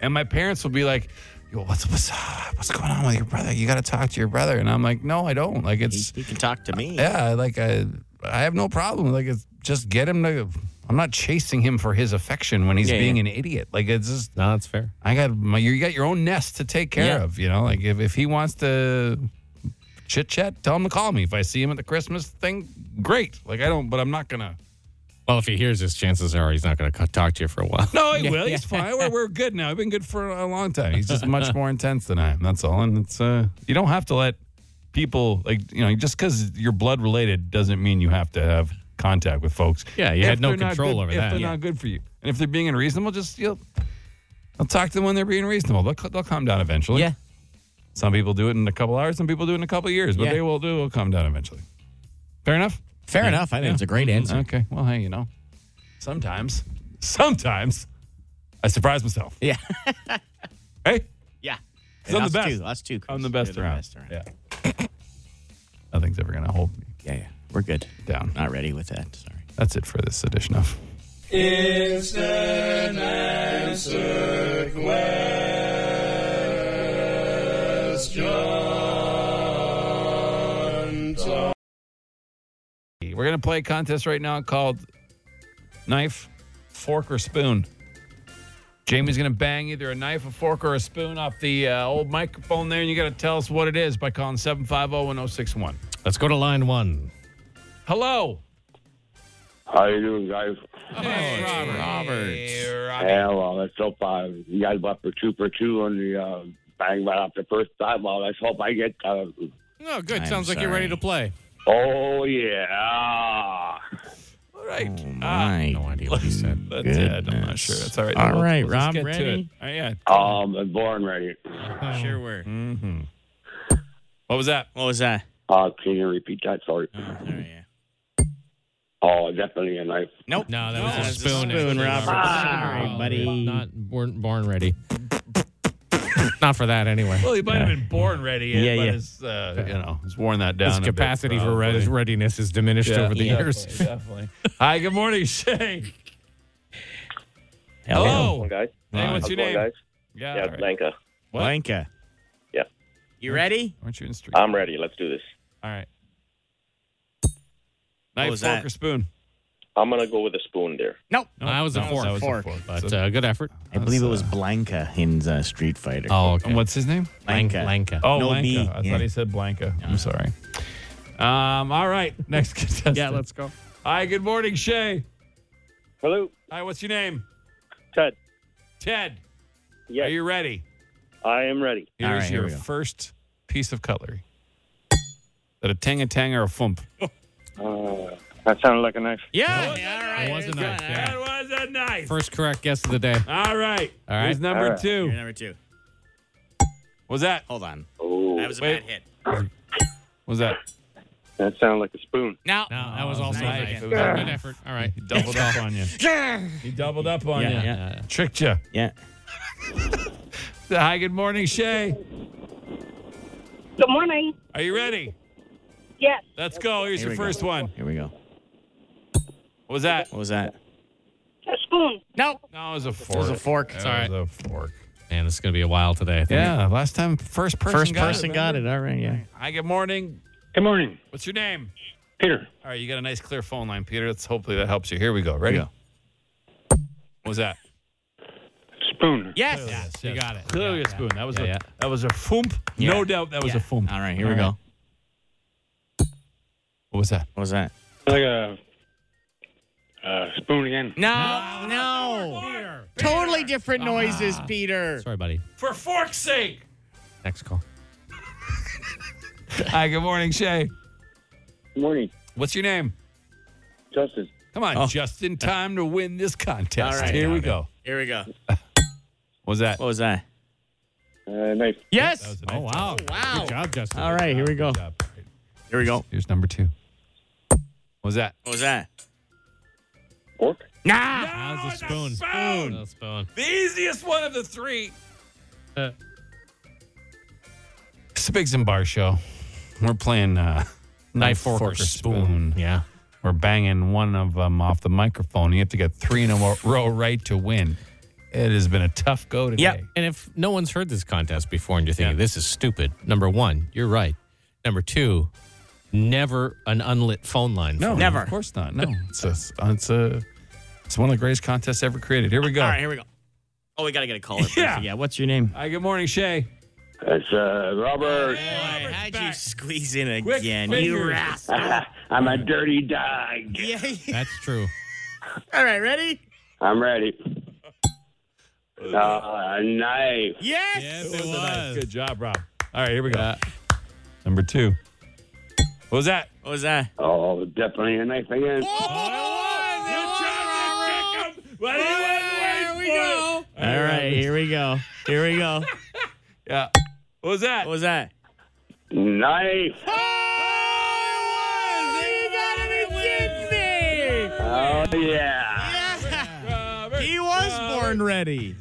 and my parents will be like. Yo, what's what's uh, what's going on with your brother? You got to talk to your brother, and I'm like, no, I don't. Like,
He,
it's
he can talk to me.
yeah, like I, I have no problem. Like it's just get him to. I'm not chasing him for his affection when he's
Yeah,
being
yeah.
an idiot. Like it's just
No, that's fair.
I got my you got your own nest to take care
Yeah.
of. You know, like if, if he wants to chit chat, tell him to call me. If I see him at the Christmas thing, great. Like I don't, but I'm not gonna.
Well, if he hears this, chances are he's not going to talk to you for a while.
No, he will. He's fine. We're, we're good now. I've been good for a long time. He's just much more intense than I am. That's all. And it's uh, you don't have to let people like you know just because you're blood related doesn't mean you have to have contact with folks.
Yeah, you
If
had no
they're not
control
good-
over
If
that.
they're
Yeah.
not good for you, and if they're being unreasonable, just you'll. I'll talk to them when they're being reasonable. They'll, they'll calm down eventually.
Yeah.
Some people do it in a couple hours. Some people do it in a couple years. But
Yeah.
they will do. Will calm down eventually. Fair enough.
Fair enough. I think it's a great answer.
Okay. Well, hey, you know, sometimes, sometimes, I surprise myself.
Yeah.
Hey,
Yeah.
I'm the best.
Too. Us too. Chris.
I'm the best
You're
around.
best around.
Yeah. Nothing's ever gonna hold me
Yeah, yeah. We're good.
down.
Not ready with that. Sorry.
That's it for this edition of. We're gonna play a contest right now called Knife, Fork, or Spoon. Jamie's going to bang either a knife, a fork, or a spoon off the uh, old microphone there, and you got to tell us what it is by calling 750 1061.
Let's go to line one.
Hello.
How you doing, guys?
Hey, Robert.
Robert.
Yeah, well, let's hope uh, you guys went for two for two on the uh, bang right off the first time. Well, let's hope I get. Uh,
Oh, good.
I'm
Sounds like you're
sorry.
ready to play.
oh yeah.
All right. Ah,
Oh, my.
No idea what he said.
That's it. I'm not
Goodness.
sure. That's all right.
All
We'll-
right,
we'll just
Rob,
get to
ready?
it. Oh, yeah.
Um, I'm born ready.
Sure were. Mm-hmm.
What was that?
What was that?
Uh, can you repeat that? Sorry.
Oh, there you are.
Oh, definitely a knife.
Nope.
No, that
That
was a
was
spoon.
spoon,
actually,
Robert. Sorry, buddy.
Not weren't born ready. Not for that anyway.
Well, he might have been born ready. Yeah,
Yeah,
but
yeah.
His, uh, you know, he's worn that down.
His
a bit,
capacity for
probably.
re- readiness is diminished
Yeah.
over the
Yeah,
years.
Definitely. definitely. Hi, good morning, Shay.
Hello.
Hello.
guys.
Hey, what's
How's
your
it going,
name?
guys?
Yeah.
Yeah,
all
it's
right.
Blanca.
What?
Blanca.
Yeah.
You ready?
Aren't you in street?
I'm ready. Let's do this.
All right. Knife, fork,
was that?
or spoon?
I'm gonna go with a spoon there.
Nope.
No, that was a
No,
fork.
that was a
Fork.
fork.
But uh, good effort.
I believe it was Blanca in uh, Street Fighter.
Oh,
And what's his name?
Blanca.
Lanka.
Oh,
No
Blanca.
B,
I
yeah.
thought he said Blanca. I'm sorry. Um. All right. Next contestant.
yeah, let's go.
Hi. Good morning, Shay.
Hello,
Hi. What's your name?
Ted.
Ted. Are
Yes,
you ready?
I am ready.
Here's
right, here
your
we go.
first piece of cutlery. Is that a tang a tang or a flump?
Uh, that sounded like a knife.
Yeah.
It was a knife.
That
Yeah.
was a knife.
First correct guess of the day.
All right.
All right.
Here's Ah, number
All right.
two.
You're number two.
What was that? What
Hold on.
Oh,
That was a
Wait.
bad hit.
was that?
that sounded like a spoon.
No.
No, that was also a
nice.
knife.
It
It
was
was
a
a
knife.
good effort. All right.
He doubled up on you. He doubled up on
Oh, Yeah,
you.
yeah.
Tricked you.
Yeah.
Hi, good morning, Shay.
Good morning.
Are you ready?
Yes.
Let's go. Here's
Here
your
we go.
first one.
Here we go.
What was that?
What was that?
A spoon.
No.
No, it was a fork.
It was a fork.
It
all right.
was a fork.
And it's going to be a while today. I think.
Yeah, last time first person
First
got
person
it.
got it. All right. Yeah.
Hi, good morning.
Good morning,
What's your name?
Peter.
All right, you got a nice clear phone line, Peter. Let's hopefully that helps you. Here we go. Ready?
Here
What was that?
Spoon.
Yes.
You got it.
Clearly a spoon. That was a
yeah.
that was a foomp.
Yeah.
No doubt that was a foomp.
All right. Here we go.
What was that?
What was that?
Like a uh, spoon again.
No. No. Totally different noises, Peter.
Sorry, buddy.
For fork's sake.
Next call.
Hi, good morning, Shay.
Good morning,
What's your name?
Justin.
Come on,
Oh.
just in time to win this contest.
All right,
Here we
got it.
go.
Here we go.
What was that?
What was that?
Uh, knife.
That
Yes.
was a
Oh,
nice
wow.
wow.
Good job, Justin.
All right. Here we go.
job. All right,
Here we go.
Here's number two. What was that?
What was that?
Fork.
Nah.
That was a
Oh,
spoon.
the spoon.
That was a spoon.
The easiest one of the three.
Uh.
It's a Biggs and Bar show. We're playing uh,
Knife, fork, or spoon. Yeah.
We're banging one of them off the microphone. You have to get three in a wo- row right to win. It has been a tough go today.
Yep.
And if no one's heard this contest before and you're thinking, this is stupid, number one, you're right. Number two, never an unlit phone line.
No,
for-
Never.
Of course not. No, it's a, it's a, it's one of the greatest contests ever created. Here we go.
All right. Here we go. Oh, we gotta get a caller. first.
Yeah.
Yeah. What's your name?
Hi, good morning, Shay.
It's uh, Robert.
Boy, how'd you squeeze in
Quick
again?
fingers.
You rascal.
I'm a dirty dog.
Yeah.
That's true.
All right. Ready?
I'm ready. Uh, a knife.
Yes.
Yes,
That
it
was a nice-
was.
Good job, Rob. All right, here we go. Number two. What was that?
What was that?
Oh, definitely a knife
There
again.
we go. All right, here we go. Here we go.
Yeah. What was that?
What was that?
Knife. Oh yeah.
He was born ready.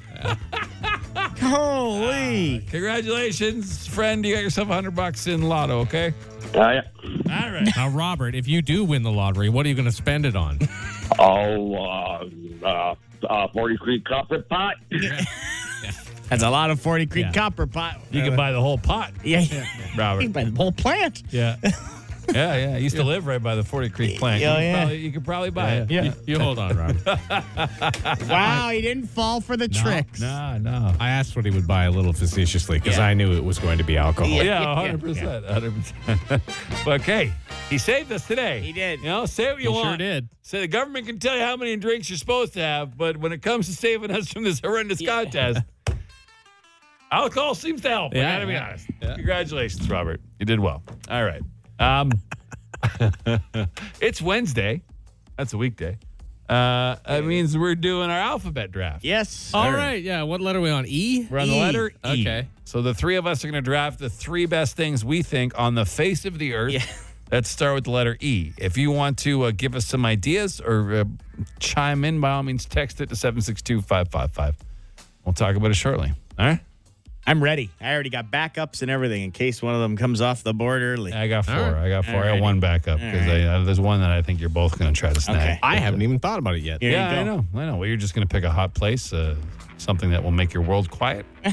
Holy.
Congratulations, friend. You got yourself 100 bucks in lotto, okay?
Oh yeah.
All right.
Now, Robert, if you do win the lottery, what are you going to spend it on?
Oh, uh, uh, uh, 43 copper pot.
That's a lot of 40 Creek
Yeah.
copper pot.
You can buy the whole pot,
Yeah, yeah.
Robert.
By the whole plant.
Yeah. Yeah, yeah. I used to live right by the Forty Creek plant.
Yeah,
you, could
yeah.
Probably, you could probably buy it.
You, you hold on, Rob.
Wow, he didn't fall for the tricks.
No, no.
I asked what he would buy a little facetiously because I knew it was going to be alcohol.
Yeah, hundred percent, hundred percent. But hey, he saved us today.
He did.
You know, say what you
He sure
want.
did.
So the government can tell you how many drinks you're supposed to have, but when it comes to saving us from this horrendous contest, alcohol seems to help. I
Yeah,
gotta be
yeah,
honest.
yeah.
Congratulations, Robert. You did well. All right. Um, it's Wednesday. That's a weekday. Uh, that means we're doing our alphabet draft.
Yes.
All right. Yeah. What letter are we on? E?
We're on the
E.
letter E.
Okay.
So the three of us are going to draft the three best things we think on the face of the earth.
Yeah.
Let's start with the letter E. If you want to uh, give us some ideas or uh, chime in, by all means, text it to 762 555. We'll talk about it shortly. All right.
I'm ready. I already got backups and everything in case one of them comes off the board early.
I got four.
All right.
I got four. I
Alrighty.
got one back up because uh, there's one that I think you're both going to try to snag.
Okay.
I haven't even thought about it yet.
Here
Yeah,
you go.
I know. I know. Well, you're just going to pick a hot place, uh, something that will make your world quiet.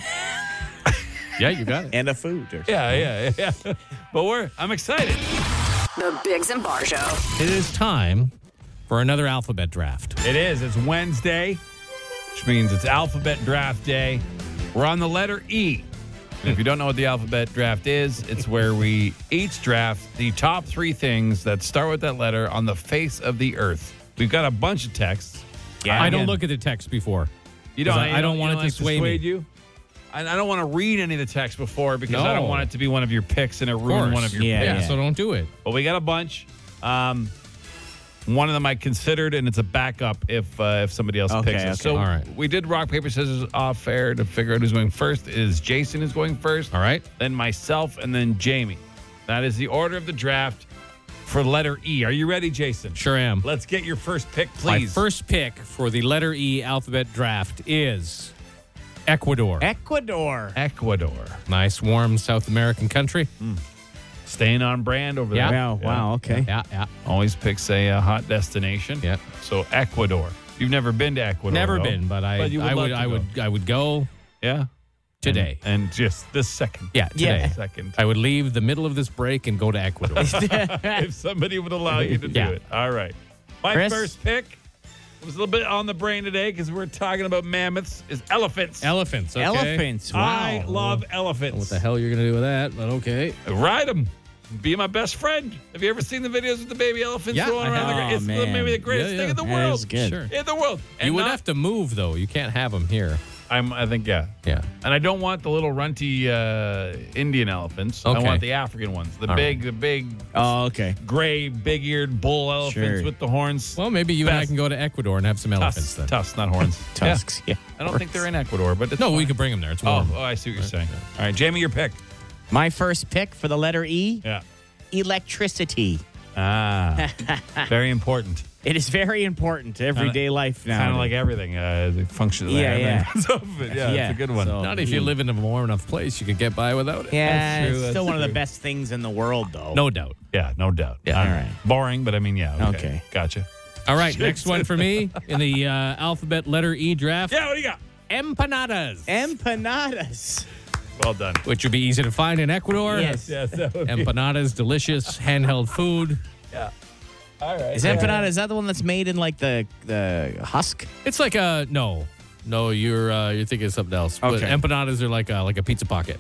Yeah, you got it.
And a food. Or
Yeah, yeah, yeah. but we're, I'm excited.
The Biggs and Bar Show.
It is time for another alphabet draft.
It is. It's Wednesday, which means it's alphabet draft day. We're on the letter E. And if you don't know what the alphabet draft is, it's where we each draft the top three things that start with that letter on the face of the earth. We've got a bunch of texts.
I don't
Again,
look at the text before.
You don't.
'cause I- I don't
you
want it to
like
sway me.
dissuade you. And I don't want to read any of the text before because I
No.
don't want it to be one of your picks and it ruin
course.
one of your
Yeah,
picks.
Yeah, so don't do it.
But we got a bunch. Um, one of them I considered, and it's a backup if uh, if somebody else
Okay,
picks it.
okay.
So
All right.
we did rock paper scissors off air to figure out who's going first. Is Jason is going first?
All right.
Then myself, and then Jamie. That is the order of the draft for letter E. Are you ready, Jason?
Sure am.
Let's get your first pick,
My
please.
first pick for the letter E alphabet draft is Ecuador.
Ecuador.
Ecuador, Mm-hmm.
nice, warm South American country.
staying on brand over
Yeah.
there.
Wow, wow, okay.
Yeah, yeah.
Always picks a uh, hot destination.
Yep.
So Ecuador. You've never been to Ecuador.
Never
though.
been, but I,
But you would
I
love
would,
to
I
go.
would, I would go
Yeah.
today.
And, and just this second.
yeah, today.
This Second.
I would leave the middle of this break and go to Ecuador.
if somebody would allow you to do
Yeah.
it. All right. My
Chris?
first pick was a little bit on the brain today because we're talking about mammoths is elephants.
Elephants. Okay.
Elephants. Wow.
I love elephants.
What the hell you're gonna do with that? But okay.
Ride them. Be my best friend. Have you ever seen the videos with the baby elephants
Yeah,
rolling
I
around? the
have.
gr-
Oh,
it's
man.
maybe the greatest
Yeah,
thing
yeah.
in the
That
world.
is good.
Sure.
In the world.
you would have to move though. You can't have them here.
I'm, I think, yeah.
Yeah.
And I don't want the little runty uh, Indian elephants. I
Okay.
want the African ones. The
All
big,
right.
the big
Oh, okay.
gray, big-eared bull elephants
Sure.
with the horns.
Well, maybe you and I
Best.
can go to Ecuador and have some elephants
tusks,
then.
tusks, not horns. Yeah.
Tusks. Yeah.
I don't think they're in Ecuador, but it's
No,
fine.
we could bring them there. It's
Oh,
warm.
oh, I see what you're saying. All right, Jamie, your pick.
My first pick for the letter E
Yeah.
electricity.
Ah, very important.
It is very important to everyday life now.
Kind of like everything. Uh, the function.
Yeah, yeah.
everything comes off it. yeah,
Yeah,
It's a good one.
so-
Not if you live in a warm enough place, you could get by without it.
Yeah,
That's true,
it's
that's
still one of the
true.
best things in the world, though.
No doubt.
Yeah, no doubt.
Yeah,
All
all
right.
right.
Boring, but I mean, yeah. Okay.
Okay.
Gotcha.
All right, next one for me in the uh, alphabet letter E draft.
Yeah, what do you got?
Empanadas.
empanadas.
Well done.
which would be easy to find in Ecuador.
Yes.
Yes, that would be.
Empanadas, delicious handheld food.
All right.
Is empanada? Is that the one that's made in like the the husk?
It's like a no, no. You're uh, you're thinking of something else. But
Okay.
empanadas are like a, like a pizza pocket.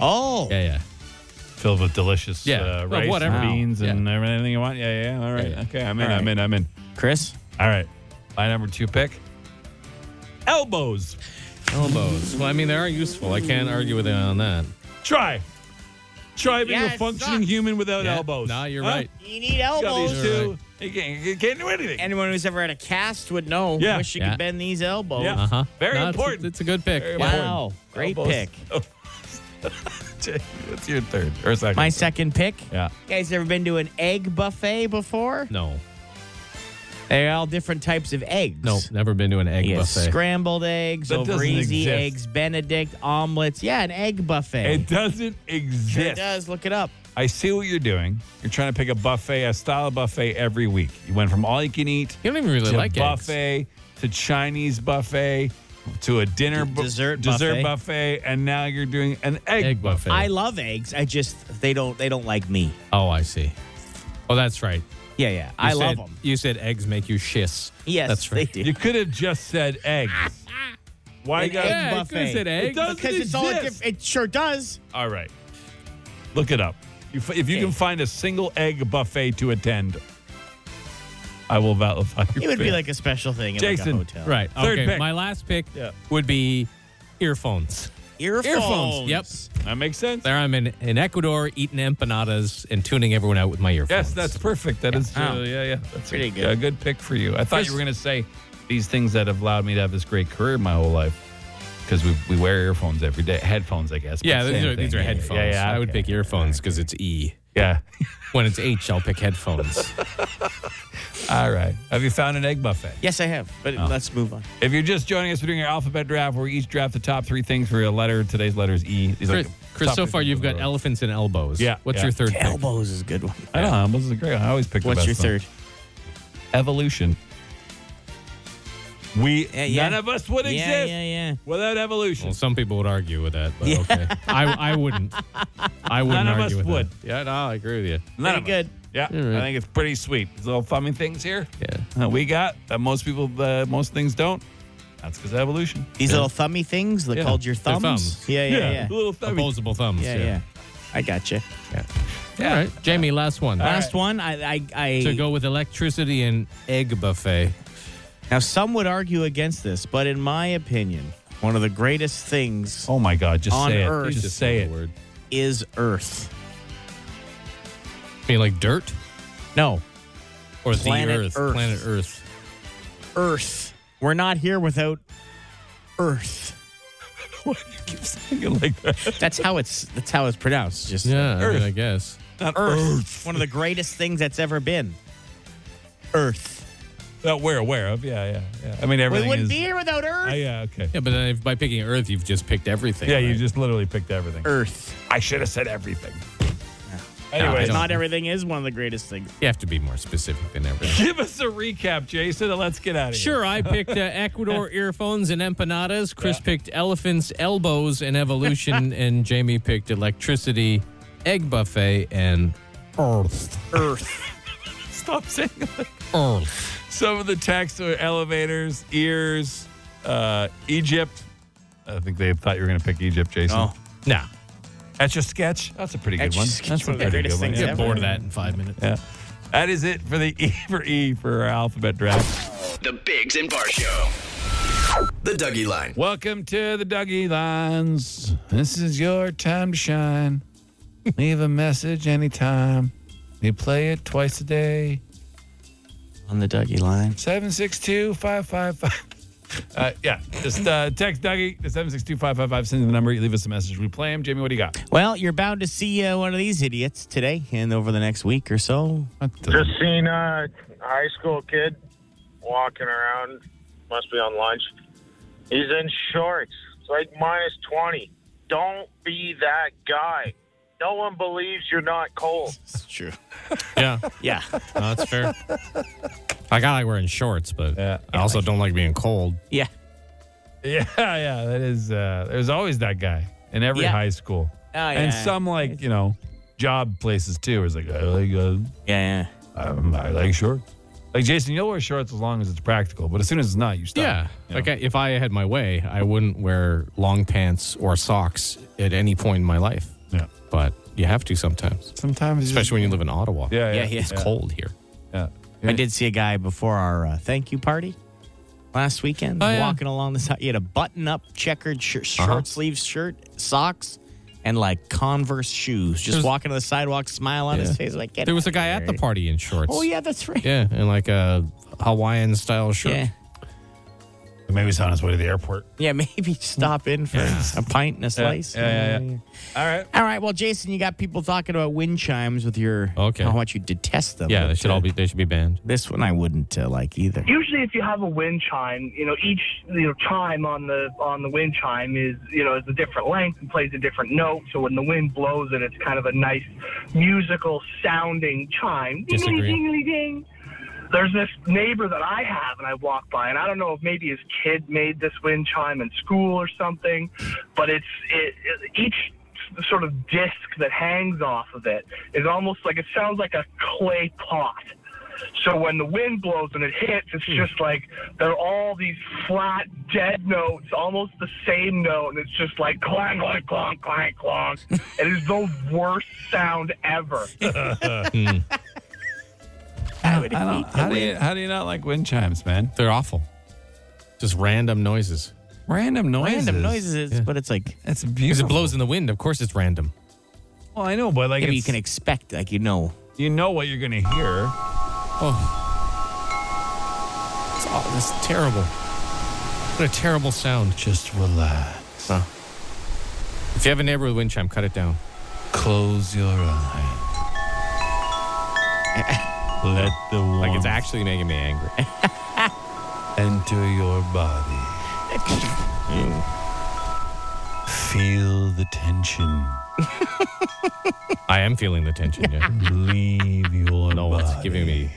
Oh,
Yeah, yeah.
Filled with delicious
Yeah,
uh,
well,
rice,
whatever.
and beans,
Wow.
and everything you want. Yeah, yeah. yeah. All right.
Yeah.
Okay, I'm in.
All right.
I'm in. I'm in.
Chris.
All right. My number two pick. Elbows.
Elbows. Well, I mean they are useful. I can't argue with you on that.
Try. Try being
Yeah,
a
it
functioning
sucks.
human without
Yeah.
elbows.
No, you're
Huh?
right.
You need
You got these
elbows.
You're
two. You, can't, you can't do anything.
Anyone who's ever had a cast would know.
Yeah.
Wish you
Yeah.
could bend these elbows.
Yeah.
Uh huh.
Very important.
It's, a good pick.
Very
Yeah.
Wow. Great
Elbows.
pick.
Jake, What's your third or second?
My second pick.
Yeah.
You guys ever been to an egg buffet before?
No,
They're all different types of eggs.
no, never been to an egg
You get
buffet.
scrambled eggs,
That
over
doesn't
easy
exist.
eggs, Benedict omelets. Yeah, an egg buffet.
It doesn't exist.
sure does. Look it up.
I see what you're doing. You're trying to pick a buffet, a style of buffet every week. You went from all you can eat
you don't even really
to
like eggs.
buffet to Chinese buffet to a dinner
D-
bu-
dessert
dessert
buffet.
buffet, and now you're doing an egg,
Egg buffet.
I love eggs. I just they don't they don't like me.
oh, I see. Oh, that's right.
Yeah, yeah. I
You
love
said-
them.
You said eggs make you shiss.
Yes,
that's
they
right.
do.
You could have just said eggs. Why
An
you got
egg
yeah, you
buffet.
could have said eggs?
It doesn't because it's all
exist.
diff- It sure does.
All right. Look it up. You f- If you can find a single egg buffet to attend, I will validate.
It would be like a special thing in
Jason,
like a hotel.
Right.
Third
okay.
pick.
My last pick
Yeah.
would be earphones.
Earphones.
Yep.
that makes sense.
There I'm in, in Ecuador eating empanadas and tuning everyone out with my earphones.
Yes, that's perfect. That is,
Wow.
uh, yeah, yeah. That's
Pretty
a,
good.
A good pick for you. I thought you were going to say these things that have allowed me to have this great career my whole life because we, we wear earphones every day. Headphones, I guess. but
Yeah,
same
these are,
thing.
these are
Yeah, yeah,
headphones.
Yeah, yeah,
I would
okay.
pick earphones because it's E.
Yeah.
When it's H, I'll pick headphones.
All right. Have you found an egg buffet?
Yes, I have. But let's move on.
If you're just joining us, we're doing our alphabet draft where we each draft the top three things for a letter. Today's letter is E. These are
Chris,
the
Chris,
top
so
three
far
things
you've
in the
got
world.
elephants and elbows.
Yeah,
What's
yeah.
your third pick?
Elbows is a good one.
I know. This is a great one. I always pick the
What's
best
your
one.
third?
Evolution. We
yeah.
None of us would
Yeah,
exist
yeah, yeah.
without evolution.
Well, some people would argue with that, but okay. I, I wouldn't. I wouldn't
None of
argue
us
with
would.
that. Yeah, no, I agree with you.
None of
Pretty
us.
good.
Yeah, I think it's pretty sweet. These little funny things here
Yeah.
that we got that most people, uh, most things don't. That's because evolution.
These little thummy things that
Yeah.
called your
They're
thumbs.
thumbs.
Yeah, yeah, yeah.
little thummy.
Opposable thumbs.
Yeah, yeah. I gotcha.
Yeah.
All right, Jamie, last one.
Last one, I, I, I
to go with electricity and egg buffet.
Now, some would argue against this, but in my opinion, one of the greatest things
Oh my God! Just
On
say it.
Earth.
Just, say it.
Word.
is Earth.
I mean, like dirt
No,
or
Planet
the earth,
Earth.
planet Earth.
Earth. We're not here without Earth.
Why do you keep saying it like that?
That's how it's. That's how it's pronounced. Just
Yeah, I, mean,
Earth.
I guess.
Not
Earth.
Earth.
One of the greatest things that's ever been. Earth.
That we're aware of. Yeah, yeah, yeah. I mean, everything
we wouldn't
is.
be here without Earth.
Ah, yeah. Okay.
Yeah, but then if, by picking Earth, you've just picked everything.
Yeah, you
right?
just literally picked everything.
Earth.
I should have said everything.
I
Anyway,
don't-
Not everything is one of the greatest things.
you have to be more specific than everything.
give us a recap, Jason, and let's get out of here.
Sure, I picked uh, Ecuador earphones and empanadas. Chris picked elephants, elbows, and evolution. and Jamie picked electricity, egg buffet, and earth.
Stop saying it.
Earth.
Some of the texts are elevators, ears, uh, Egypt. I think they thought you were going to pick Egypt, Jason.
Oh.
Nah,
That's your sketch. That's a pretty good
Etch a
one.
Sketch,
That's
one of the greatest things
Yeah.
ever.
get bored of that in five minutes.
Yeah. That is it for the E for E for our alphabet draft.
The Bigs and Bar Show. The Dougie Line.
Welcome to the Dougie Lines. This is your time to shine. Leave a message anytime. You play it twice a day.
On the Dougie line.
762-555. Uh, yeah, just uh, text Dougie to 762-555. Send him the number. You leave us a message. We play him. Jamie, what do you got?
Well, you're bound to see uh, one of these idiots today and over the next week or so.
Just
seen a high school kid walking around. Must be on lunch. He's in shorts. It's like minus 20. Don't be that guy. No one believes you're not cold.
It's true.
Yeah,
Yeah.
no, that's fair. Like I like wearing shorts, but
Yeah.
I also don't like being cold.
Yeah.
Yeah, yeah, that is. Uh, there's always that guy in every
Yeah.
high school,
Oh,
and
yeah.
some like you know, job places too. It's like I like uh,
Yeah.
um, I like shorts. Like Jason, you'll wear shorts as long as it's practical, but as soon as it's not, you stop.
Yeah.
you
Like
know?
I, if I had my way, I wouldn't wear long pants or socks at any point in my life.
Yeah.
But you have to sometimes,
sometimes, you just-
especially when you live in Ottawa.
yeah, yeah,
Yeah, yeah.
It's cold here.
yeah.
I did see a guy before our uh, thank you party last weekend
Oh, yeah. Uh-huh.
walking along the side. He had a button up checkered shirt, short sleeve shirt, socks, and like Converse shoes. Just
There's-
walking to the sidewalk, smile on his
Yeah.
face. Like, get
There was a
out
guy at
of
the
here.
party in shorts.
Oh, yeah, that's right.
Yeah. And like a Hawaiian style shirt.
Yeah.
Maybe he's on his way to the airport.
Yeah, maybe stop in for a pint and a slice.
yeah, yeah. All right.
All right, well, Jason, you got people talking about wind chimes with your
Okay.
how much you detest them.
Yeah,
but,
they should
uh,
all be. They should be banned.
This one I wouldn't uh, like either.
Usually, if you have a wind chime, you know each you know chime on the on the wind chime is you know is a different length and plays a different note. So when the wind blows it, it's kind of a nice musical sounding chime. Ding,
Disagree.
ding, ding, ding. There's this neighbor that I have, and I walk by, and I don't know if maybe his kid made this wind chime in school or something, but it's it, it each
sort of disc that hangs off of it is almost like it sounds like a clay pot. So when the wind blows and it hits, it's just like there are all these flat, dead notes, almost the same note, and it's just like clang, clang, clang, clang, clang. it is the worst sound ever.
I would hate how, do you, how do you not like wind chimes, man? They're awful.
Just random noises.
Random noises.
Random noises, but it's like
that's
Because
beautiful.
it blows in the wind. Of course, it's random.
Well, I know, but like
Maybe you
it's-
can expect, like you know.
you know what you're gonna hear.
Oh, it's, all, it's Oh, terrible. What a terrible sound.
Just relax.
If you have a neighbor with wind chime, cut it down.
Close your eyes. Let the warmth
Like it's actually making me angry.
enter your body. Feel the tension
I am feeling the tension. Yeah.
leave your
no, it's
body.
giving me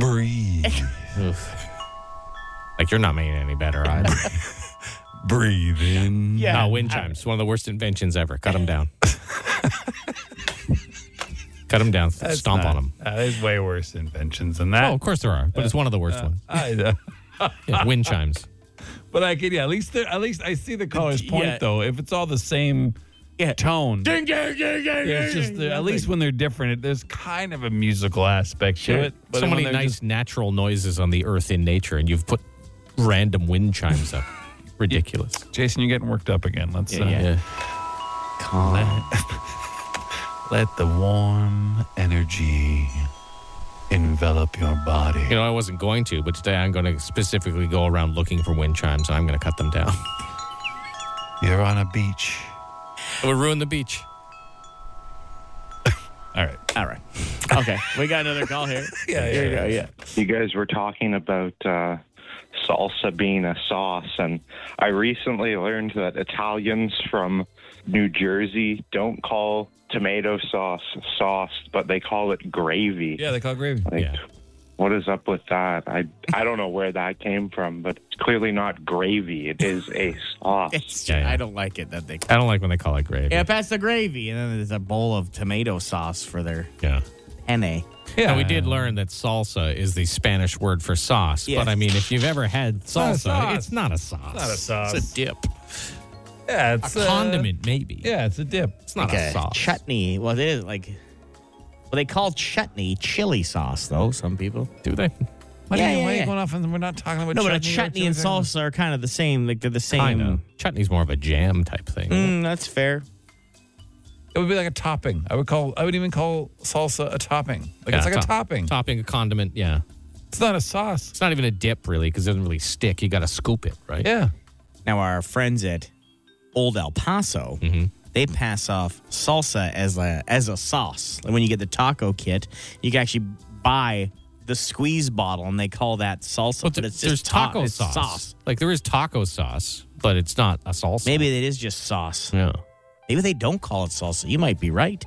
Breathe.
like you're not making it any better. I,
Breathe in.
no, wind chimes. One of the worst inventions ever. Cut them down. Cut them down.
That's
Stomp
not-
on them.
Uh, there's way worse inventions than that.
Oh, of course there are, but it's one of the worst
Uh,
ones.
I know.
Yeah, wind chimes.
But I could, yeah, at least there, at least I see the caller's point
Yeah.
though. If it's all the same
Yeah.
tone,
Ding, ding, ding, ding,
yeah, it's just
ding.
the, at least when they're different, it, there's kind of a musical aspect to it.
so
when
many
they're
nice
just-
natural noises on the earth in nature, and you've put random wind chimes up. Ridiculous.
Jason, you're getting worked up again. Let's uh,
yeah.
Let, uh, let the warm energy envelop your body.
You know, I wasn't going to, but today I'm going to specifically go around looking for wind chimes, and I'm going to cut them down.
You're on a beach.
it would ruin the beach.
All right.
All right. Okay. we got another call here.
Yeah, yeah, yeah.
you guys were talking about uh, salsa being a sauce, and I recently learned that Italians from New Jersey don't call tomato sauce sauce, but they call it gravy.
Yeah, they call it gravy.
Like, What is up with that? I I don't know where that came from, but it's clearly not gravy. It is a sauce.
It's-
Yeah, yeah.
I don't like it that they.
I don't like when they call it gravy.
Yeah, pass the gravy, and then there's a bowl of tomato sauce for their
Yeah.
penne.
Yeah.
Now, we did learn that salsa is the Spanish word for sauce,
Yeah.
but I mean, if you've ever had
not a
salsa,
sauce.
it's not a sauce.
Not a sauce.
It's a dip.
Yeah, it's
a condiment, maybe.
Yeah, it's a dip.
It's not
Okay.
a sauce.
Chutney. Well, it is like. Well, they call chutney chili sauce, though. Some people.
Do they?
What
Yeah,
are you,
yeah,
why are you
yeah.
going off and we're not talking about
No, but
chutney
a
or
chutney and
chili sauce?
salsa are kind of the same. Like they're the same.
Kind of. Chutney's more of a jam type thing.
Mm, that's fair.
It would be like a topping. I would call. I would even call salsa a topping. Like
Yeah,
it's like
top-
a topping.
Topping a condiment, yeah.
It's not a sauce.
It's not even a dip, really, because it doesn't really stick. You got to scoop it, right?
Yeah.
Now, our friends at Old El Paso,
Mm-hmm.
they pass off salsa as a as a sauce. Like when you get the taco kit, you can actually buy the squeeze bottle, and they call that salsa.
But
but
there-
it's
there's
just ta-
taco
it's
sauce. Like there is taco sauce, but it's not a salsa.
Maybe it is just sauce.
Yeah.
Maybe they don't call it salsa. You might be right.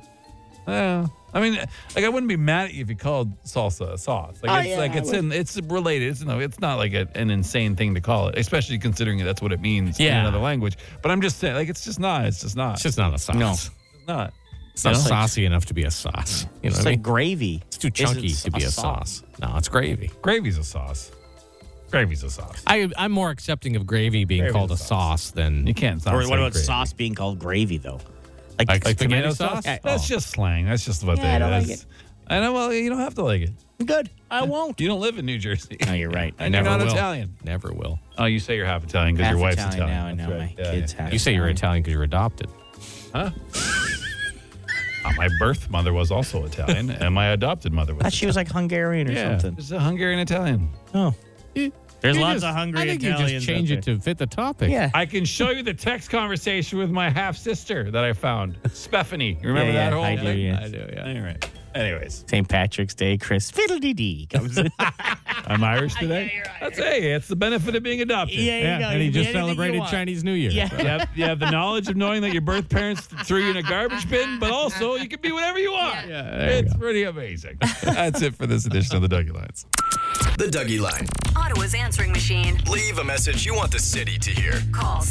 Yeah. I mean, like I wouldn't be mad at you if you called salsa a sauce. Like
Oh,
it's
yeah,
like
I
it's in it's related. It's no, it's not like a, an insane thing to call it, especially considering that's what it means in
Yeah.
another language. But I'm just saying, like it's just not. It's just not.
It's just not a sauce.
No.
It's not.
It's not
It's like-
saucy enough to be a sauce. You know
It's
what I
like
mean?
gravy.
It's too chunky
Isn't
to be a sauce. No, it's gravy.
Gravy's a sauce. Gravy's a sauce.
I, I'm more accepting of gravy being
Gravy's
called
a
a
sauce.
sauce, than
You can't. It's not
Or
the
what
same
about
gravy.
sauce being called gravy though?
Like
Tomato
tomato
sauce?
sauce.
That's just slang. That's just what
Yeah, I
they.
don't like
that's- I know. Well, you don't have to like it.
Good. I won't.
You don't live in New Jersey.
No, you're right.
And you're
never
not
will.
Italian.
Never will.
Oh, you say you're half Italian because your
Half
wife's
Italian
Italian.
now, I
That's
know.
right.
My
Yeah,
kids
yeah.
have
You say you're Italian because you're adopted.
Uh, my birth mother was also Italian, and my adopted mother was.
thought she was like Hungarian or
yeah,
something.
she's a Hungarian Italian.
Oh. There's
You
lots
just-
of hungry
I think
Italians.
you just change
out
it to fit the topic.
there. Yeah.
I can show you the text conversation with my half sister that I found, Stephanie. You remember
Yeah, yeah,
that whole
I do,
thing?
yeah.
I do. Yeah. All right. Anyways,
St. Patrick's Day, Chris Fiddle Dee Dee comes in.
I'm Irish today. That's hey, it's the benefit of being adopted.
Yeah, yeah. You know,
and
you
he
can
just
be anything you
celebrated
want.
Chinese New Year.
Yeah.
You have, you have the knowledge of knowing that your birth parents threw you in a garbage bin, but also you can be whatever you are.
Yeah, there you
it's pretty amazing. That's it for this edition of the Dougie Lines.
The Dougie Line.
Ottawa's answering machine.
Leave a message you want the city to hear.
Call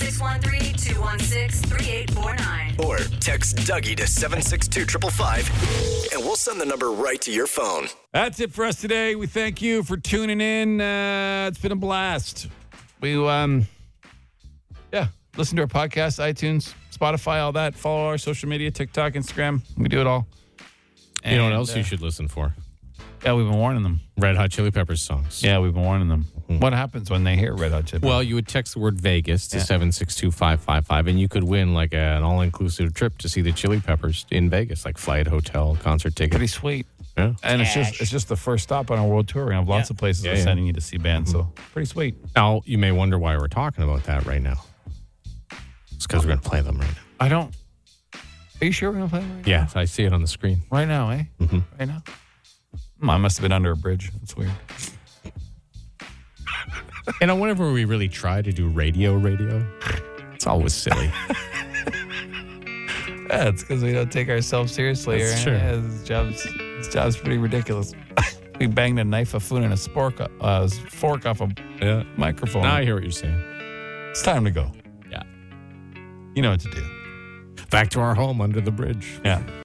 613-216-3849.
Or text Dougie to 762 555 and we'll send the number right to your phone.
That's it for us today. We thank you for tuning in. Uh, it's been a blast. We um, yeah, listen to our podcast, iTunes, Spotify, all that. Follow our social media, TikTok, Instagram. We do it all.
you know what
And,
else
uh,
you should listen for?
Yeah, we've been warning them. Hmm.
Red Hot Chili Peppers songs.
Yeah, we've been warning them. What happens when they hear Red Hot Chili?
Well, you would text the word Vegas to
Yeah.
seven six two five five five, and you could win like a, an all inclusive trip to see the Chili Peppers in Vegas, like flight, hotel, concert ticket.
Pretty sweet.
Yeah.
And it's just it's just the first stop on our world tour. We have lots of places
Yeah,
we're
yeah.
sending you to see bands. So pretty sweet.
Now you may wonder why we're talking about that right now. It's because we're gonna play them right now.
I don't. Are you sure we're gonna play them right
Yeah, I see it on the screen.
now? Right now, eh? Right now. Hmm, I must have been under a bridge. That's weird.
You know, whenever we really try to do radio, radio, it's always silly.
Yeah, it's because we don't take ourselves seriously.
That's
or-
true.
Yeah, this job's this job's pretty ridiculous. we banged a knife, a food, and a spork, uh, fork off a
yeah.
microphone.
Now I hear what you're saying.
It's time to go.
Yeah.
You know what to do.
Back to our home under the bridge.
Yeah.